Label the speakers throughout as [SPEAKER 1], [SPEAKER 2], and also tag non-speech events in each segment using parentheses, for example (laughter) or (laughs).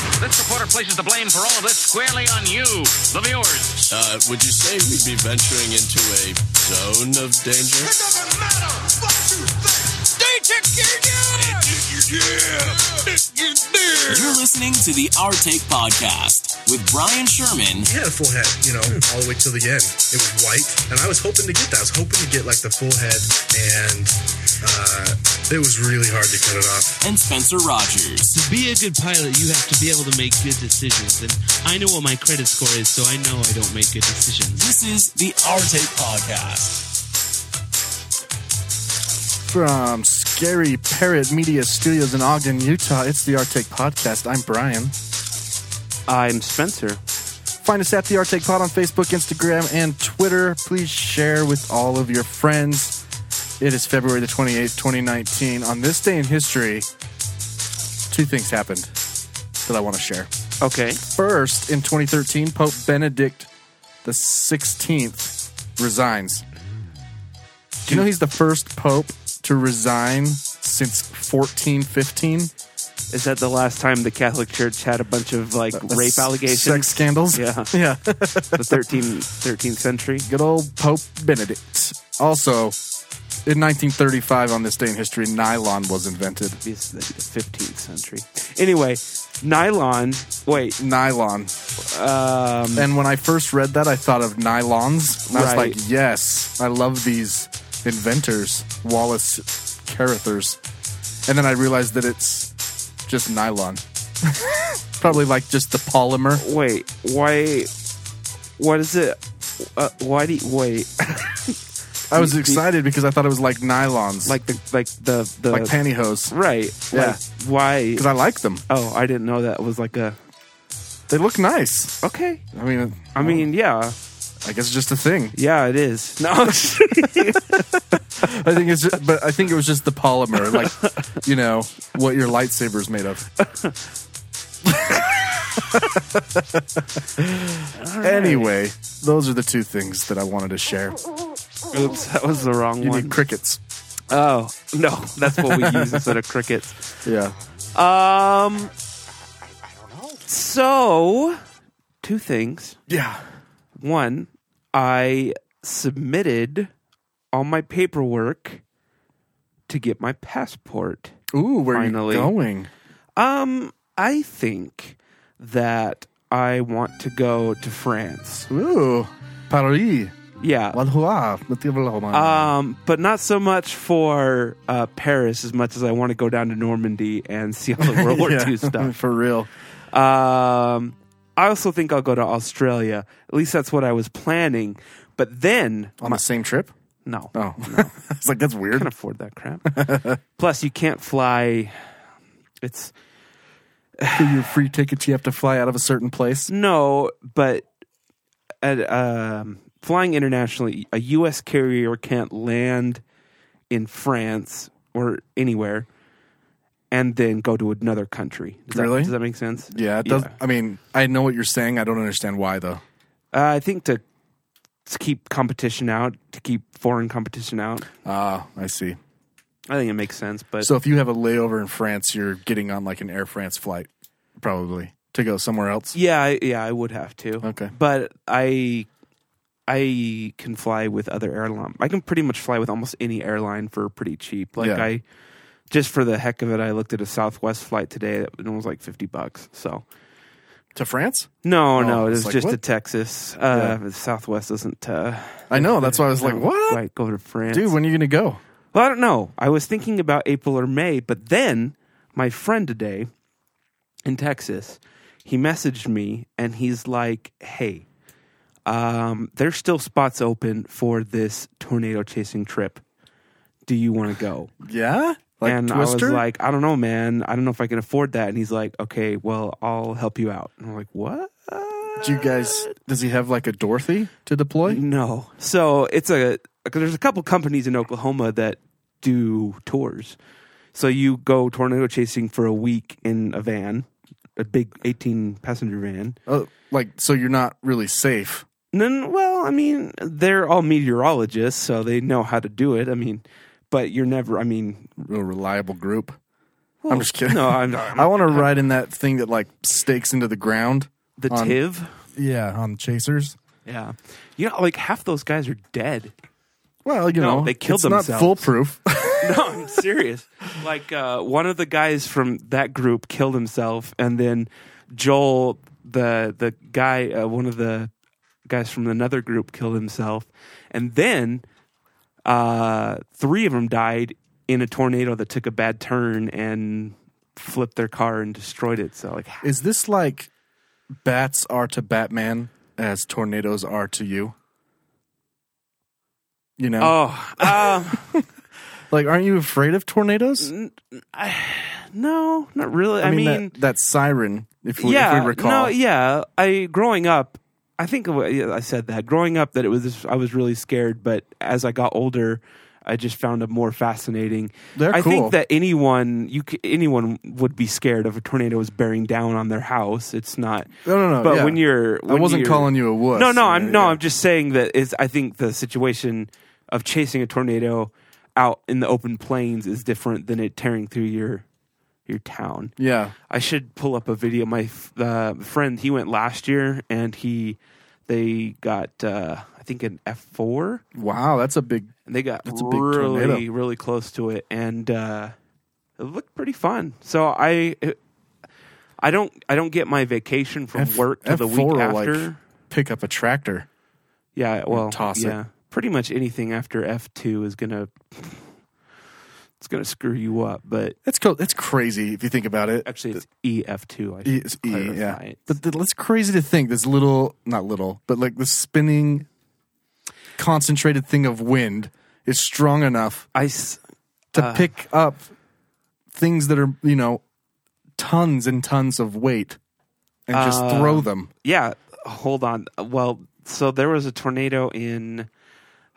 [SPEAKER 1] places the blame for all of this squarely on you, the viewers.
[SPEAKER 2] Uh, would you say we'd be venturing into a zone of danger?
[SPEAKER 3] It doesn't matter what you think. Stay together.
[SPEAKER 4] You're listening to the Our Take podcast with Brian Sherman
[SPEAKER 5] I had a full head, you know,
[SPEAKER 6] Hmm.
[SPEAKER 5] all the way till the end. It was white, and I was hoping to get that. I was hoping to get like the full head, and uh, it was really hard to cut it off.
[SPEAKER 4] and Spencer Rogers.
[SPEAKER 7] To be a good pilot, you have to be able to make good decisions. And I know what my credit score is, so I know I don't make good decisions.
[SPEAKER 4] This is the Our Take podcast.
[SPEAKER 8] From Scary Parrot Media Studios in Ogden, Utah, it's the Arctic Podcast. I'm Brian.
[SPEAKER 9] I'm Spencer.
[SPEAKER 8] Find us at the Arctic Pod on Facebook, Instagram, and Twitter. Please share with all of your friends. It is February the 28th, 2019. On this day in history, two things happened that I want to share.
[SPEAKER 9] Okay.
[SPEAKER 8] First, in 2013, Pope Benedict the 16th resigns. Do you know he's the first pope to resign since 1415?
[SPEAKER 9] Is that the last time the Catholic Church had a bunch
[SPEAKER 8] (laughs)
[SPEAKER 9] of like rape allegations?
[SPEAKER 8] Sex scandals?
[SPEAKER 9] Yeah.
[SPEAKER 8] Yeah.
[SPEAKER 9] The 13th, 13th century.
[SPEAKER 8] Good old Pope Benedict. Also, in 1935, on this day in history, nylon was invented.
[SPEAKER 9] It's the 15th century. Anyway, nylon. Wait,
[SPEAKER 8] Nylon. Um, and when I first read that, I thought of nylons. And I was
[SPEAKER 9] Right.
[SPEAKER 8] like, yes, I love these inventors, Wallace Carruthers. And then I realized that it's just nylon. (laughs) Probably like just the polymer.
[SPEAKER 9] wait. Why? What is it? Uh, why do you, wait?
[SPEAKER 8] I was excited because I thought it was like nylons,
[SPEAKER 9] Like the like the the
[SPEAKER 8] like pantyhose.
[SPEAKER 9] right?
[SPEAKER 8] Yeah.
[SPEAKER 9] Like, why?
[SPEAKER 8] Because I like them.
[SPEAKER 9] oh, I didn't know that was like a
[SPEAKER 8] They look nice.
[SPEAKER 9] okay.
[SPEAKER 8] I mean,
[SPEAKER 9] I mean, yeah,
[SPEAKER 8] I guess it's just a thing.
[SPEAKER 9] yeah, it is. No,
[SPEAKER 8] (laughs) I think it's, just, but I think it was just the polymer, (laughs) like you know what your lightsaber's made (laughs) of. Anyway, those are the two things that I wanted to share.
[SPEAKER 9] oops, that was the wrong
[SPEAKER 8] You
[SPEAKER 9] one.
[SPEAKER 8] need crickets.
[SPEAKER 9] oh no, that's what we use instead of crickets.
[SPEAKER 8] Yeah.
[SPEAKER 9] Um. So, two things.
[SPEAKER 8] Yeah.
[SPEAKER 9] One, I submitted all my paperwork to get my passport.
[SPEAKER 8] Ooh, where
[SPEAKER 9] Finally.
[SPEAKER 8] are you going?
[SPEAKER 9] Um, I think that I want to go to France.
[SPEAKER 8] Ooh, Paris.
[SPEAKER 9] Yeah.
[SPEAKER 8] Valhois. Le Tiroir.
[SPEAKER 9] Um, but not so much for uh, Paris as much as I want to go down to Normandy and
[SPEAKER 8] (laughs)
[SPEAKER 9] see all the World War
[SPEAKER 8] Yeah,
[SPEAKER 9] II
[SPEAKER 8] (laughs)
[SPEAKER 9] stuff.
[SPEAKER 8] for real.
[SPEAKER 9] Um, I also think I'll go to Australia. At least that's what I was planning. But then,
[SPEAKER 8] On the same trip?
[SPEAKER 9] no, I
[SPEAKER 8] Oh, (laughs) it's like that's weird.
[SPEAKER 9] can't afford that crap. (laughs) Plus, you can't fly. It's
[SPEAKER 8] For your free tickets, you have to fly out of a certain place.
[SPEAKER 9] no, but at, um, flying internationally, a U.S. carrier can't land in France or anywhere and then go to another country. Does that,
[SPEAKER 8] Really?
[SPEAKER 9] Does that make sense?
[SPEAKER 8] Yeah, it does. I mean, I know what you're saying. I don't understand why though.
[SPEAKER 9] Uh, I think to, to keep competition out, to keep foreign competition out.
[SPEAKER 8] Ah, I see.
[SPEAKER 9] I think it makes sense, but
[SPEAKER 8] So if you have a layover in France, you're getting on like an Air France flight, probably to go somewhere else.
[SPEAKER 9] yeah, I- yeah, I would have to.
[SPEAKER 8] Okay.
[SPEAKER 9] but I I can fly with other airline. I can pretty much fly with almost any airline for pretty cheap. Like
[SPEAKER 8] Yeah.
[SPEAKER 9] I just for the heck of it, I looked at a Southwest flight today and it was like fifty bucks. So
[SPEAKER 8] To France?
[SPEAKER 9] no,
[SPEAKER 8] Oh,
[SPEAKER 9] no, it
[SPEAKER 8] it's
[SPEAKER 9] was
[SPEAKER 8] like,
[SPEAKER 9] just to
[SPEAKER 8] what?
[SPEAKER 9] Texas. Uh, Southwest doesn't. Uh,
[SPEAKER 8] I know. That's why I was like, what?
[SPEAKER 9] Right, go to France,
[SPEAKER 8] Dude, when are you gonna go?
[SPEAKER 9] Well, I don't know. I was thinking about April or May, but then my friend today in Texas, he messaged me and he's like, "Hey, um, there's still spots open for this tornado chasing trip. Do you want to go?"
[SPEAKER 8] Yeah, like
[SPEAKER 9] and
[SPEAKER 8] Twister.
[SPEAKER 9] I was like, "I don't know, man. I don't know if I can afford that." And he's like, "Okay, well, I'll help you out." And I'm like, "What?"
[SPEAKER 8] Do you guys? Does he have like a Dorothy to deploy?
[SPEAKER 9] No. So it's a there's a couple companies in Oklahoma that do tours. So you go tornado chasing for a week in a van, a big 18 passenger van.
[SPEAKER 8] Oh, like so you're not really safe.
[SPEAKER 9] And then, well, I mean, they're all meteorologists, so they know how to do it. I mean, but you're never. I mean,
[SPEAKER 8] Real reliable group. I'm just kidding. (laughs)
[SPEAKER 9] No, I'm not.
[SPEAKER 8] I want to ride in that thing that like stakes into the ground.
[SPEAKER 9] the
[SPEAKER 8] on-
[SPEAKER 9] Tiv.
[SPEAKER 8] Yeah, on chasers.
[SPEAKER 9] Yeah, you know, like half those guys are dead.
[SPEAKER 8] Well, you
[SPEAKER 9] No,
[SPEAKER 8] know,
[SPEAKER 9] they killed
[SPEAKER 8] it's Not
[SPEAKER 9] themselves.
[SPEAKER 8] foolproof. (laughs)
[SPEAKER 9] (laughs) No, I'm serious. like uh, one of the guys from that group killed himself, and then Joel, the the guy, uh, one of the guys from another group killed himself, and then uh, three of them died in a tornado that took a bad turn and flipped their car and destroyed it. So like,
[SPEAKER 8] Is this like bats are to Batman as tornadoes are to you? You know,
[SPEAKER 9] oh, uh,
[SPEAKER 8] like aren't you afraid of tornadoes?
[SPEAKER 9] no, not really. I, mean,
[SPEAKER 8] that, that siren. If we, if we recall,
[SPEAKER 9] No, yeah. I growing up, I think yeah, I said that growing up that it was I was really scared, but as I got older, I just found it more fascinating.
[SPEAKER 8] They're
[SPEAKER 9] I
[SPEAKER 8] cool.
[SPEAKER 9] think that anyone you c- anyone would be scared if a tornado was bearing down on their house. It's not.
[SPEAKER 8] No, no, no,
[SPEAKER 9] But
[SPEAKER 8] yeah.
[SPEAKER 9] when you're,
[SPEAKER 8] I
[SPEAKER 9] when
[SPEAKER 8] wasn't
[SPEAKER 9] you're-
[SPEAKER 8] calling you a wuss.
[SPEAKER 9] No, no, I'm
[SPEAKER 8] Yeah,
[SPEAKER 9] no,
[SPEAKER 8] yeah.
[SPEAKER 9] I'm just saying that is. I think the situation of chasing a tornado out in the open plains is different than it tearing through your your town.
[SPEAKER 8] yeah,
[SPEAKER 9] I should pull up a video. My f- uh, friend, he went last year, and he they got uh, I think an F four,
[SPEAKER 8] wow, that's a big.
[SPEAKER 9] and they got
[SPEAKER 8] That's a big
[SPEAKER 9] really
[SPEAKER 8] tornado.
[SPEAKER 9] really close to it, and uh, it looked pretty fun. So I. I don't. I don't get my vacation from
[SPEAKER 8] F-
[SPEAKER 9] work to the
[SPEAKER 8] F4
[SPEAKER 9] week
[SPEAKER 8] will,
[SPEAKER 9] after.
[SPEAKER 8] Like, pick up a tractor.
[SPEAKER 9] yeah, well,
[SPEAKER 8] toss it.
[SPEAKER 9] yeah. Pretty much anything after F two is gonna. It's gonna screw you up, but
[SPEAKER 8] It's co- it's crazy if you think about it.
[SPEAKER 9] actually, it's EF two. I
[SPEAKER 8] E-
[SPEAKER 9] should
[SPEAKER 8] it's E, yeah,
[SPEAKER 9] clarify.
[SPEAKER 8] but th- it's crazy to think this little, not little, but like the spinning, concentrated thing of wind is strong enough
[SPEAKER 9] I s-
[SPEAKER 8] to
[SPEAKER 9] Uh.
[SPEAKER 8] pick up things that are you know tons and tons of weight and just
[SPEAKER 9] Uh.
[SPEAKER 8] throw them.
[SPEAKER 9] yeah hold on well so there was a tornado in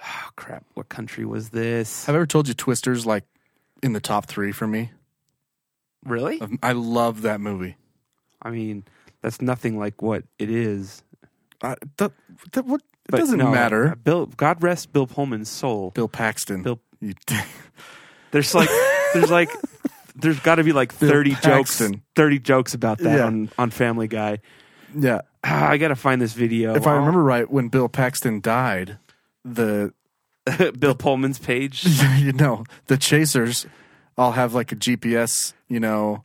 [SPEAKER 9] oh crap what country was this
[SPEAKER 8] Have I ever told you Twister's like in the top three for me?
[SPEAKER 9] really
[SPEAKER 8] I love that movie.
[SPEAKER 9] i mean that's nothing like what it is
[SPEAKER 8] I, that, that, what, it
[SPEAKER 9] But
[SPEAKER 8] doesn't
[SPEAKER 9] no, uh,
[SPEAKER 8] matter.
[SPEAKER 9] bill god rest bill pullman's soul
[SPEAKER 8] Bill Paxton.
[SPEAKER 9] Bill-
[SPEAKER 8] you, (laughs)
[SPEAKER 9] there's like there's like (laughs) there's got to be like
[SPEAKER 8] Bill
[SPEAKER 9] 30 jokes
[SPEAKER 8] Paxton.
[SPEAKER 9] 30 jokes about that
[SPEAKER 8] Yeah.
[SPEAKER 9] on on family guy
[SPEAKER 8] yeah.
[SPEAKER 9] Ah, i gotta find this video
[SPEAKER 8] If I remember right, when Bill Paxton died, the
[SPEAKER 9] (laughs) bill pullman's page
[SPEAKER 8] (laughs) you know the chasers all have like a GPS, you know.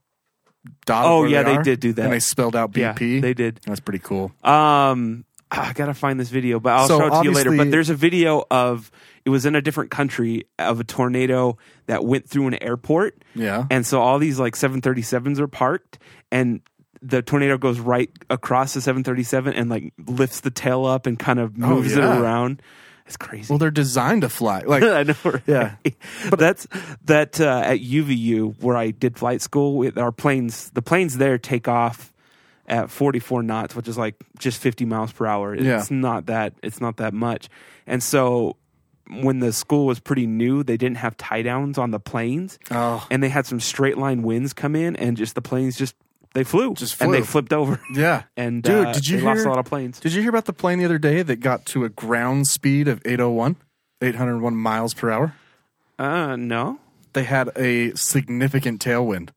[SPEAKER 8] Dot
[SPEAKER 9] Oh,
[SPEAKER 8] where
[SPEAKER 9] yeah, they
[SPEAKER 8] are,
[SPEAKER 9] did do that.
[SPEAKER 8] and they spelled out
[SPEAKER 9] Yeah,
[SPEAKER 8] BP.
[SPEAKER 9] they did.
[SPEAKER 8] That's pretty cool.
[SPEAKER 9] Um, ah, I gotta find this video, but I'll
[SPEAKER 8] So
[SPEAKER 9] show it to you later.
[SPEAKER 8] obviously-
[SPEAKER 9] But there's a video of it was in a different country of a tornado that went through an airport,
[SPEAKER 8] Yeah,
[SPEAKER 9] and so all these like 737s are parked, and the tornado goes right across the 737 and like lifts the tail up and kind of moves
[SPEAKER 8] yeah.
[SPEAKER 9] it around. It's
[SPEAKER 8] (laughs)
[SPEAKER 9] crazy.
[SPEAKER 8] well, they're designed to fly.
[SPEAKER 9] (laughs)
[SPEAKER 8] Like
[SPEAKER 9] I know. right?
[SPEAKER 8] Yeah.
[SPEAKER 9] but (laughs) that's that uh, at UVU where I did flight school. With our planes, the planes there take off at 44 knots, which is like just 50 miles per hour. It's
[SPEAKER 8] Yeah.
[SPEAKER 9] not that. It's not that much. And so when the school was pretty new, they didn't have tie downs on the planes,
[SPEAKER 8] (laughs) Oh.
[SPEAKER 9] and they had some straight line winds come in, and just the planes just they flew,
[SPEAKER 8] Just
[SPEAKER 9] and they
[SPEAKER 8] flew.
[SPEAKER 9] flipped over.
[SPEAKER 8] (laughs) yeah,
[SPEAKER 9] And
[SPEAKER 8] dude,
[SPEAKER 9] uh,
[SPEAKER 8] did you
[SPEAKER 9] they
[SPEAKER 8] hear,
[SPEAKER 9] lost a lot of planes?
[SPEAKER 8] Did you hear about the plane the other day that got to a ground speed of 801, 801 miles per hour?
[SPEAKER 9] Uh, no,
[SPEAKER 8] They had a significant tailwind.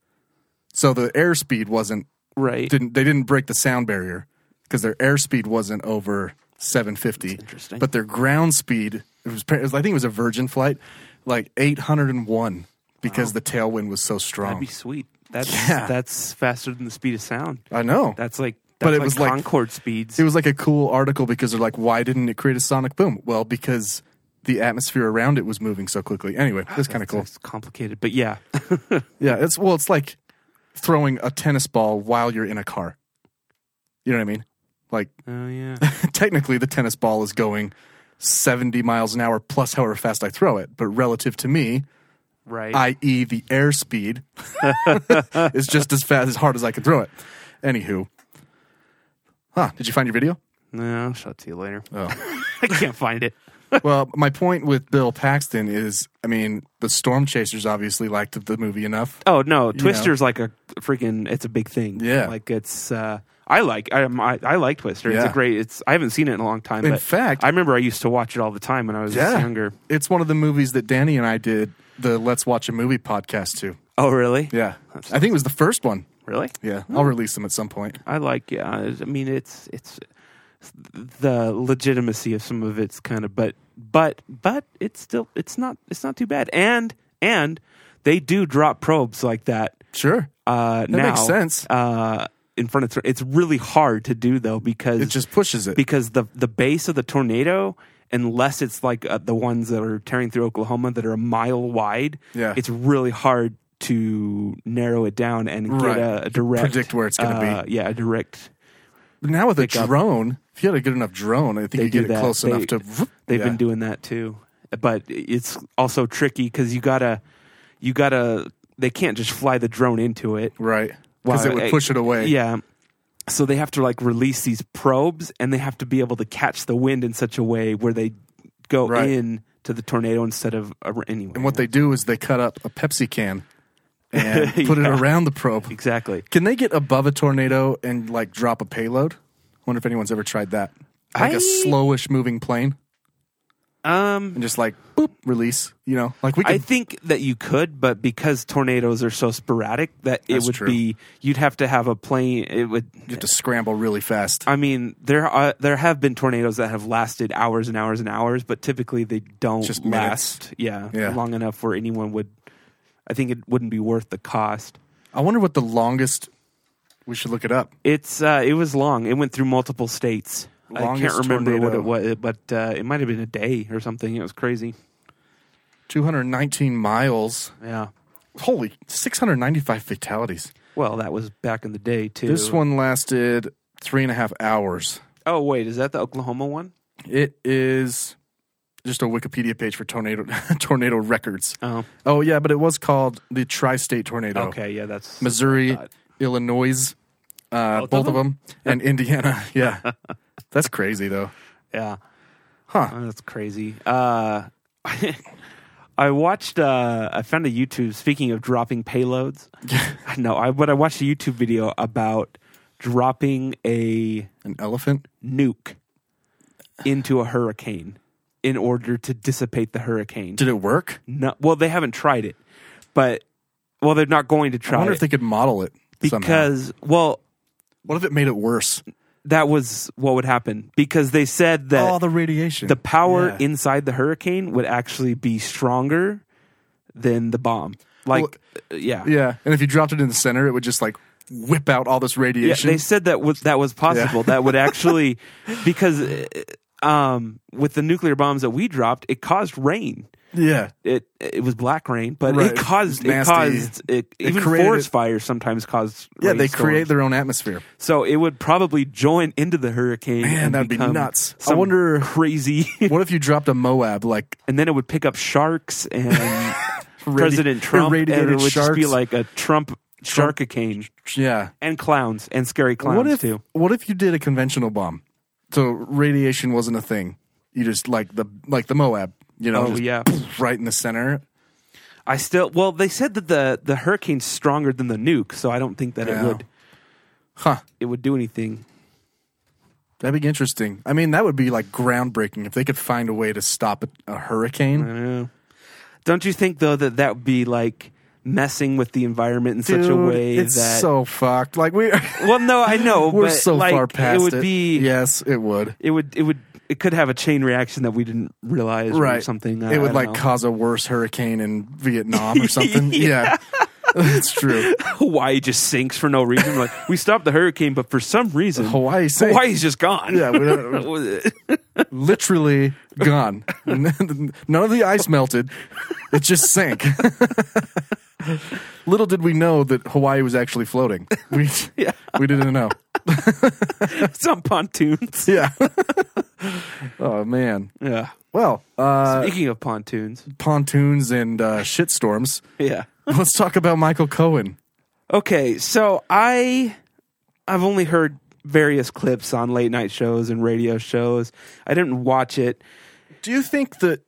[SPEAKER 8] So the airspeed wasn't
[SPEAKER 9] right.
[SPEAKER 8] didn't they didn't break the sound barrier because their airspeed wasn't over 750.
[SPEAKER 9] interesting.
[SPEAKER 8] But their ground speed it was, par- it was- I think it was a Virgin flight like 801 because the tailwind was so
[SPEAKER 9] That'd
[SPEAKER 8] strong.
[SPEAKER 9] be sweet. That's
[SPEAKER 8] Yeah.
[SPEAKER 9] that's faster than the speed of sound.
[SPEAKER 8] I know.
[SPEAKER 9] That's like
[SPEAKER 8] But
[SPEAKER 9] that's
[SPEAKER 8] it
[SPEAKER 9] like
[SPEAKER 8] was like-
[SPEAKER 9] Concord speeds.
[SPEAKER 8] it was like a cool article because they're like, why didn't it create a sonic boom? Well, because the atmosphere around it was moving so quickly. Anyway,
[SPEAKER 9] Ah,
[SPEAKER 8] that's kind of cool.
[SPEAKER 9] It's complicated,
[SPEAKER 8] (laughs)
[SPEAKER 9] but yeah,
[SPEAKER 8] Yeah, it's well, it's like throwing a tennis ball while you're in a car. You know what I mean? Like
[SPEAKER 9] oh yeah,
[SPEAKER 8] (laughs) technically, the tennis ball is going seventy miles an hour plus however fast I throw it, but relative to me,
[SPEAKER 9] right.
[SPEAKER 8] i.e., the airspeed, (laughs) is just as fast as hard as I can throw it. Anywho, huh? Did you find your video?
[SPEAKER 9] no, I'll show it to you later. (laughs)
[SPEAKER 8] Oh.
[SPEAKER 9] I can't find it.
[SPEAKER 8] (laughs) well, my point with Bill Paxton is, I mean, the storm chasers obviously liked the movie enough.
[SPEAKER 9] Oh no, Twister's like a freaking. It's a big thing.
[SPEAKER 8] Yeah.
[SPEAKER 9] like it's. uh I like I, I I like Twister. It's
[SPEAKER 8] Yeah.
[SPEAKER 9] a great. It's I haven't seen it in a long time.
[SPEAKER 8] In
[SPEAKER 9] but
[SPEAKER 8] fact-
[SPEAKER 9] I remember I used to watch it all the time when I was younger.
[SPEAKER 8] It's one of the movies that Danny and I did the Let's Watch a Movie podcast to.
[SPEAKER 9] Oh, really?
[SPEAKER 8] Yeah, I think it was the first one.
[SPEAKER 9] Really?
[SPEAKER 8] Yeah, I'll release them at some point.
[SPEAKER 9] I like. Yeah, I I mean, it's it's the legitimacy of some of it's kind of, but but but it's still it's not it's not too bad. And and they do drop probes like that
[SPEAKER 8] Sure,
[SPEAKER 9] uh,
[SPEAKER 8] that
[SPEAKER 9] now.
[SPEAKER 8] makes sense.
[SPEAKER 9] Uh, in front of tor- it's really hard to do though because
[SPEAKER 8] it just pushes it.
[SPEAKER 9] because the the base of the tornado unless it's like uh, the ones that are tearing through Oklahoma that are a mile wide
[SPEAKER 8] Yeah.
[SPEAKER 9] it's really hard to narrow it down and get
[SPEAKER 8] Right.
[SPEAKER 9] a, a direct
[SPEAKER 8] Predict where it's gonna be.
[SPEAKER 9] uh, yeah a direct
[SPEAKER 8] But now with a
[SPEAKER 9] up.
[SPEAKER 8] drone, if you had a good enough drone, I think
[SPEAKER 9] They
[SPEAKER 8] you
[SPEAKER 9] do
[SPEAKER 8] get it
[SPEAKER 9] that.
[SPEAKER 8] close
[SPEAKER 9] They-
[SPEAKER 8] enough to. vroom.
[SPEAKER 9] they've
[SPEAKER 8] Yeah.
[SPEAKER 9] been doing that too but it's also tricky cuz you got to you got to they can't just fly the drone into it
[SPEAKER 8] right because
[SPEAKER 9] Wow,
[SPEAKER 8] it would push it away.
[SPEAKER 9] Yeah. So they have to like release these probes and they have to be able to catch the wind in such a way where they go
[SPEAKER 8] Right.
[SPEAKER 9] in to the tornado instead of ar- anyway.
[SPEAKER 8] And what they do is they cut up a Pepsi can
[SPEAKER 9] (laughs)
[SPEAKER 8] and put it
[SPEAKER 9] Yeah.
[SPEAKER 8] around the probe.
[SPEAKER 9] Exactly.
[SPEAKER 8] Can they get above a tornado and like drop a payload? Wonder if anyone's ever tried that. Like a
[SPEAKER 9] I-
[SPEAKER 8] slowish moving plane
[SPEAKER 9] Um
[SPEAKER 8] and just like boop release. You know, like we
[SPEAKER 9] I
[SPEAKER 8] could.
[SPEAKER 9] think that you could, but because tornadoes are so sporadic that
[SPEAKER 8] That's
[SPEAKER 9] it would
[SPEAKER 8] true.
[SPEAKER 9] be you'd have to have a plane it would
[SPEAKER 8] you have to scramble really fast.
[SPEAKER 9] I mean, there are there have been tornadoes that have lasted hours and hours and hours, but typically they don't
[SPEAKER 8] Just minutes.
[SPEAKER 9] last yeah,
[SPEAKER 8] Yeah.
[SPEAKER 9] long enough where anyone would I think it wouldn't be worth the cost.
[SPEAKER 8] I wonder what the longest. We should look it up.
[SPEAKER 9] It's uh, it was long. It went through multiple states. I
[SPEAKER 8] Longest
[SPEAKER 9] can't remember
[SPEAKER 8] tornado.
[SPEAKER 9] what it was, but uh, it might have been a day or something. It was crazy.
[SPEAKER 8] 219 miles.
[SPEAKER 9] Yeah.
[SPEAKER 8] Holy, 695 fatalities.
[SPEAKER 9] Well, that was back in the day too.
[SPEAKER 8] This one lasted three and a half hours.
[SPEAKER 9] Oh wait, is that the Oklahoma one?
[SPEAKER 8] It is just a Wikipedia page for tornado (laughs) tornado records.
[SPEAKER 9] Oh,
[SPEAKER 8] Oh yeah, but it was called the tri-state tornado.
[SPEAKER 9] okay, Oh, yeah, that's
[SPEAKER 8] Missouri,
[SPEAKER 9] thought.
[SPEAKER 8] Illinois, uh,
[SPEAKER 9] Oh,
[SPEAKER 8] both, of them, and Indiana.
[SPEAKER 9] (laughs)
[SPEAKER 8] Yeah, that's crazy though.
[SPEAKER 9] yeah,
[SPEAKER 8] Huh?
[SPEAKER 9] oh, that's crazy. Uh, (laughs) I watched. Uh, I found a YouTube. Speaking of
[SPEAKER 8] (laughs)
[SPEAKER 9] dropping payloads, no, I but I watched a YouTube video about dropping a
[SPEAKER 8] An elephant?
[SPEAKER 9] nuke into a hurricane in order to dissipate the hurricane.
[SPEAKER 8] Did it work?
[SPEAKER 9] No, well, they haven't tried it, but well, they're not going to
[SPEAKER 8] I
[SPEAKER 9] try
[SPEAKER 8] wonder
[SPEAKER 9] it
[SPEAKER 8] if they could model it somehow.
[SPEAKER 9] because well,
[SPEAKER 8] What if it made it worse?
[SPEAKER 9] that was what would happen because they said that
[SPEAKER 8] All Oh, the radiation.
[SPEAKER 9] the power
[SPEAKER 8] Yeah.
[SPEAKER 9] inside the hurricane would actually be stronger than the bomb. Like, uh, yeah.
[SPEAKER 8] yeah, and if you dropped it in the center, it would just like whip out all this
[SPEAKER 9] Yeah,
[SPEAKER 8] radiation.
[SPEAKER 9] they said that was that was possible. That
[SPEAKER 8] (laughs)
[SPEAKER 9] would actually because uh, um, with the nuclear bombs that we dropped, it caused rain.
[SPEAKER 8] yeah.
[SPEAKER 9] it it was black rain, but
[SPEAKER 8] Right.
[SPEAKER 9] it caused
[SPEAKER 8] It
[SPEAKER 9] it,
[SPEAKER 8] was nasty.
[SPEAKER 9] caused it,
[SPEAKER 8] It
[SPEAKER 9] even
[SPEAKER 8] created-
[SPEAKER 9] forest fires sometimes caused
[SPEAKER 8] Yeah,
[SPEAKER 9] rain
[SPEAKER 8] they
[SPEAKER 9] storms.
[SPEAKER 8] create their own atmosphere.
[SPEAKER 9] so it would probably join into the hurricane.
[SPEAKER 8] Man,
[SPEAKER 9] and
[SPEAKER 8] that'd be
[SPEAKER 9] become
[SPEAKER 8] nuts. I
[SPEAKER 9] some
[SPEAKER 8] wonder-
[SPEAKER 9] crazy, (laughs)
[SPEAKER 8] What if you dropped a Moab like (laughs)
[SPEAKER 9] and then it would pick up sharks and
[SPEAKER 8] radi-
[SPEAKER 9] President Trump, and
[SPEAKER 8] irradiated
[SPEAKER 9] it would just
[SPEAKER 8] sharks?
[SPEAKER 9] be like a Trump, sharkicane
[SPEAKER 8] yeah.
[SPEAKER 9] and clowns and scary clowns
[SPEAKER 8] What if
[SPEAKER 9] too.
[SPEAKER 8] what if you did a conventional bomb? So radiation wasn't a thing. You just like the like the Moab, you know,
[SPEAKER 9] Oh,
[SPEAKER 8] just
[SPEAKER 9] yeah.
[SPEAKER 8] right in the center.
[SPEAKER 9] I still well, they said that the the hurricane's stronger than the nuke, so I don't think that
[SPEAKER 8] Yeah.
[SPEAKER 9] it would
[SPEAKER 8] Huh.
[SPEAKER 9] it would do anything.
[SPEAKER 8] That'd be interesting. I mean, that would be like groundbreaking if they could find a way to stop a, a hurricane.
[SPEAKER 9] I know. Don't you think though that that would be like messing with the environment in such a
[SPEAKER 8] Dude,
[SPEAKER 9] way
[SPEAKER 8] it's
[SPEAKER 9] that?
[SPEAKER 8] so fucked. Like
[SPEAKER 9] (laughs)
[SPEAKER 8] we (laughs)
[SPEAKER 9] well, no, I know,
[SPEAKER 8] we're
[SPEAKER 9] but
[SPEAKER 8] so
[SPEAKER 9] like,
[SPEAKER 8] far past
[SPEAKER 9] it would be.
[SPEAKER 8] yes, it would.
[SPEAKER 9] It would. It would. It could have a chain reaction that we didn't realize, Or
[SPEAKER 8] Right.
[SPEAKER 9] something. I-
[SPEAKER 8] it
[SPEAKER 9] I
[SPEAKER 8] would
[SPEAKER 9] don't
[SPEAKER 8] like
[SPEAKER 9] know.
[SPEAKER 8] cause a worse hurricane in Vietnam or something. yeah. (laughs) That's true.
[SPEAKER 9] (laughs) Hawaii just sinks for no reason. like we stopped the hurricane, but for some reason,
[SPEAKER 8] Hawaii sank.
[SPEAKER 9] Hawaii's just gone.
[SPEAKER 8] Yeah, we don't-
[SPEAKER 9] (laughs)
[SPEAKER 8] literally gone. (laughs) None of the ice melted. It just sank. (laughs) Little did we know that Hawaii was actually floating.
[SPEAKER 9] (laughs)
[SPEAKER 8] We we didn't know.
[SPEAKER 9] it's on pontoons.
[SPEAKER 8] Yeah. (laughs) oh man.
[SPEAKER 9] Yeah.
[SPEAKER 8] Well, uh,
[SPEAKER 9] Speaking of pontoons,
[SPEAKER 8] pontoons and uh, shitstorms.
[SPEAKER 9] yeah.
[SPEAKER 8] Let's talk about Michael Cohen.
[SPEAKER 9] Okay, so I I've only heard various clips on late night shows and radio shows. I didn't watch it.
[SPEAKER 8] Do you think that?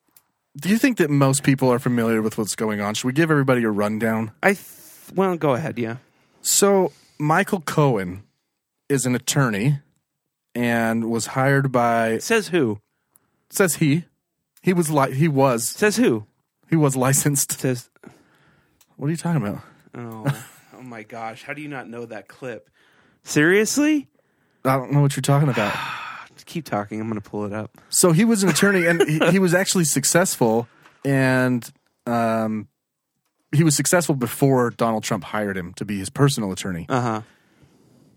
[SPEAKER 8] Do you think that most people are familiar with what's going on? Should we give everybody a rundown?
[SPEAKER 9] I th- well, go ahead, yeah.
[SPEAKER 8] So Michael Cohen is an attorney and was hired by
[SPEAKER 9] Says who?
[SPEAKER 8] says he he was li- he was
[SPEAKER 9] Says who?
[SPEAKER 8] he was licensed.
[SPEAKER 9] Says
[SPEAKER 8] What are you talking about?
[SPEAKER 9] Oh, (laughs) oh my gosh. How do you not know that clip? Seriously?
[SPEAKER 8] I don't know what you're talking about.
[SPEAKER 9] Keep talking. I'm going to pull it up.
[SPEAKER 8] So he was an attorney, and he, he was actually successful, and um, he was successful before Donald Trump hired him to be his personal attorney.
[SPEAKER 9] Uh huh.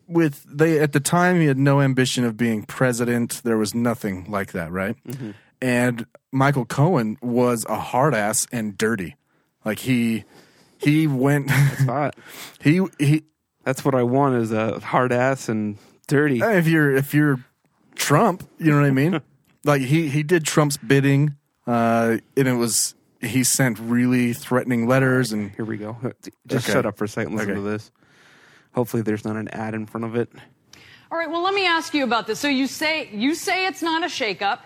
[SPEAKER 8] With they at the time, he had no ambition of being president. There was nothing like that, right? And Michael Cohen was a hard ass and dirty. Like he he went (laughs)
[SPEAKER 9] Hot.
[SPEAKER 8] he he.
[SPEAKER 9] That's what I want is a hard ass and dirty.
[SPEAKER 8] If you're if you're Trump, you know what I
[SPEAKER 9] (laughs)
[SPEAKER 8] mean. like he he did Trump's bidding, uh, and it was he sent really threatening letters and
[SPEAKER 9] Here we go. Just
[SPEAKER 8] Okay.
[SPEAKER 9] shut up for a second. Listen
[SPEAKER 8] Okay.
[SPEAKER 9] to this. Hopefully, there's not an ad in front of it.
[SPEAKER 10] All right, well, let me ask you about this. So you say you say it's not a shakeup,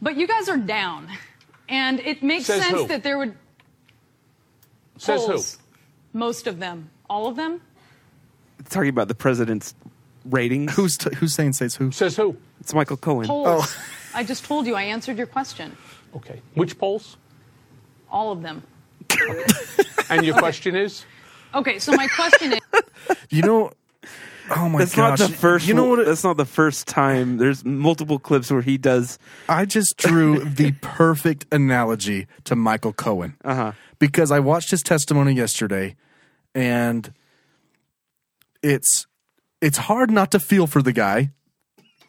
[SPEAKER 10] but you guys are down, and it makes
[SPEAKER 11] Says
[SPEAKER 10] sense
[SPEAKER 11] who?
[SPEAKER 10] that there would
[SPEAKER 11] Says who?
[SPEAKER 10] polls, most of them, all of them.
[SPEAKER 9] It's talking about the president's ratings.
[SPEAKER 8] who's t- who's saying says who?
[SPEAKER 11] Says who?
[SPEAKER 9] It's Michael Cohen.
[SPEAKER 10] Polls.
[SPEAKER 8] Oh.
[SPEAKER 10] I just told you I answered your question.
[SPEAKER 11] Okay. Which polls?
[SPEAKER 10] All of them.
[SPEAKER 11] (laughs) And your question is?
[SPEAKER 10] Okay, so my
[SPEAKER 8] (laughs)
[SPEAKER 10] question is.
[SPEAKER 8] You know, oh my
[SPEAKER 9] That's
[SPEAKER 8] gosh!
[SPEAKER 9] not the first.
[SPEAKER 8] You know what?
[SPEAKER 9] That's not the first time. There's multiple clips where he does.
[SPEAKER 8] I just drew
[SPEAKER 9] (laughs)
[SPEAKER 8] the perfect analogy to Michael Cohen
[SPEAKER 9] Uh-huh.
[SPEAKER 8] because I watched his testimony yesterday, and it's it's hard not to feel for the guy.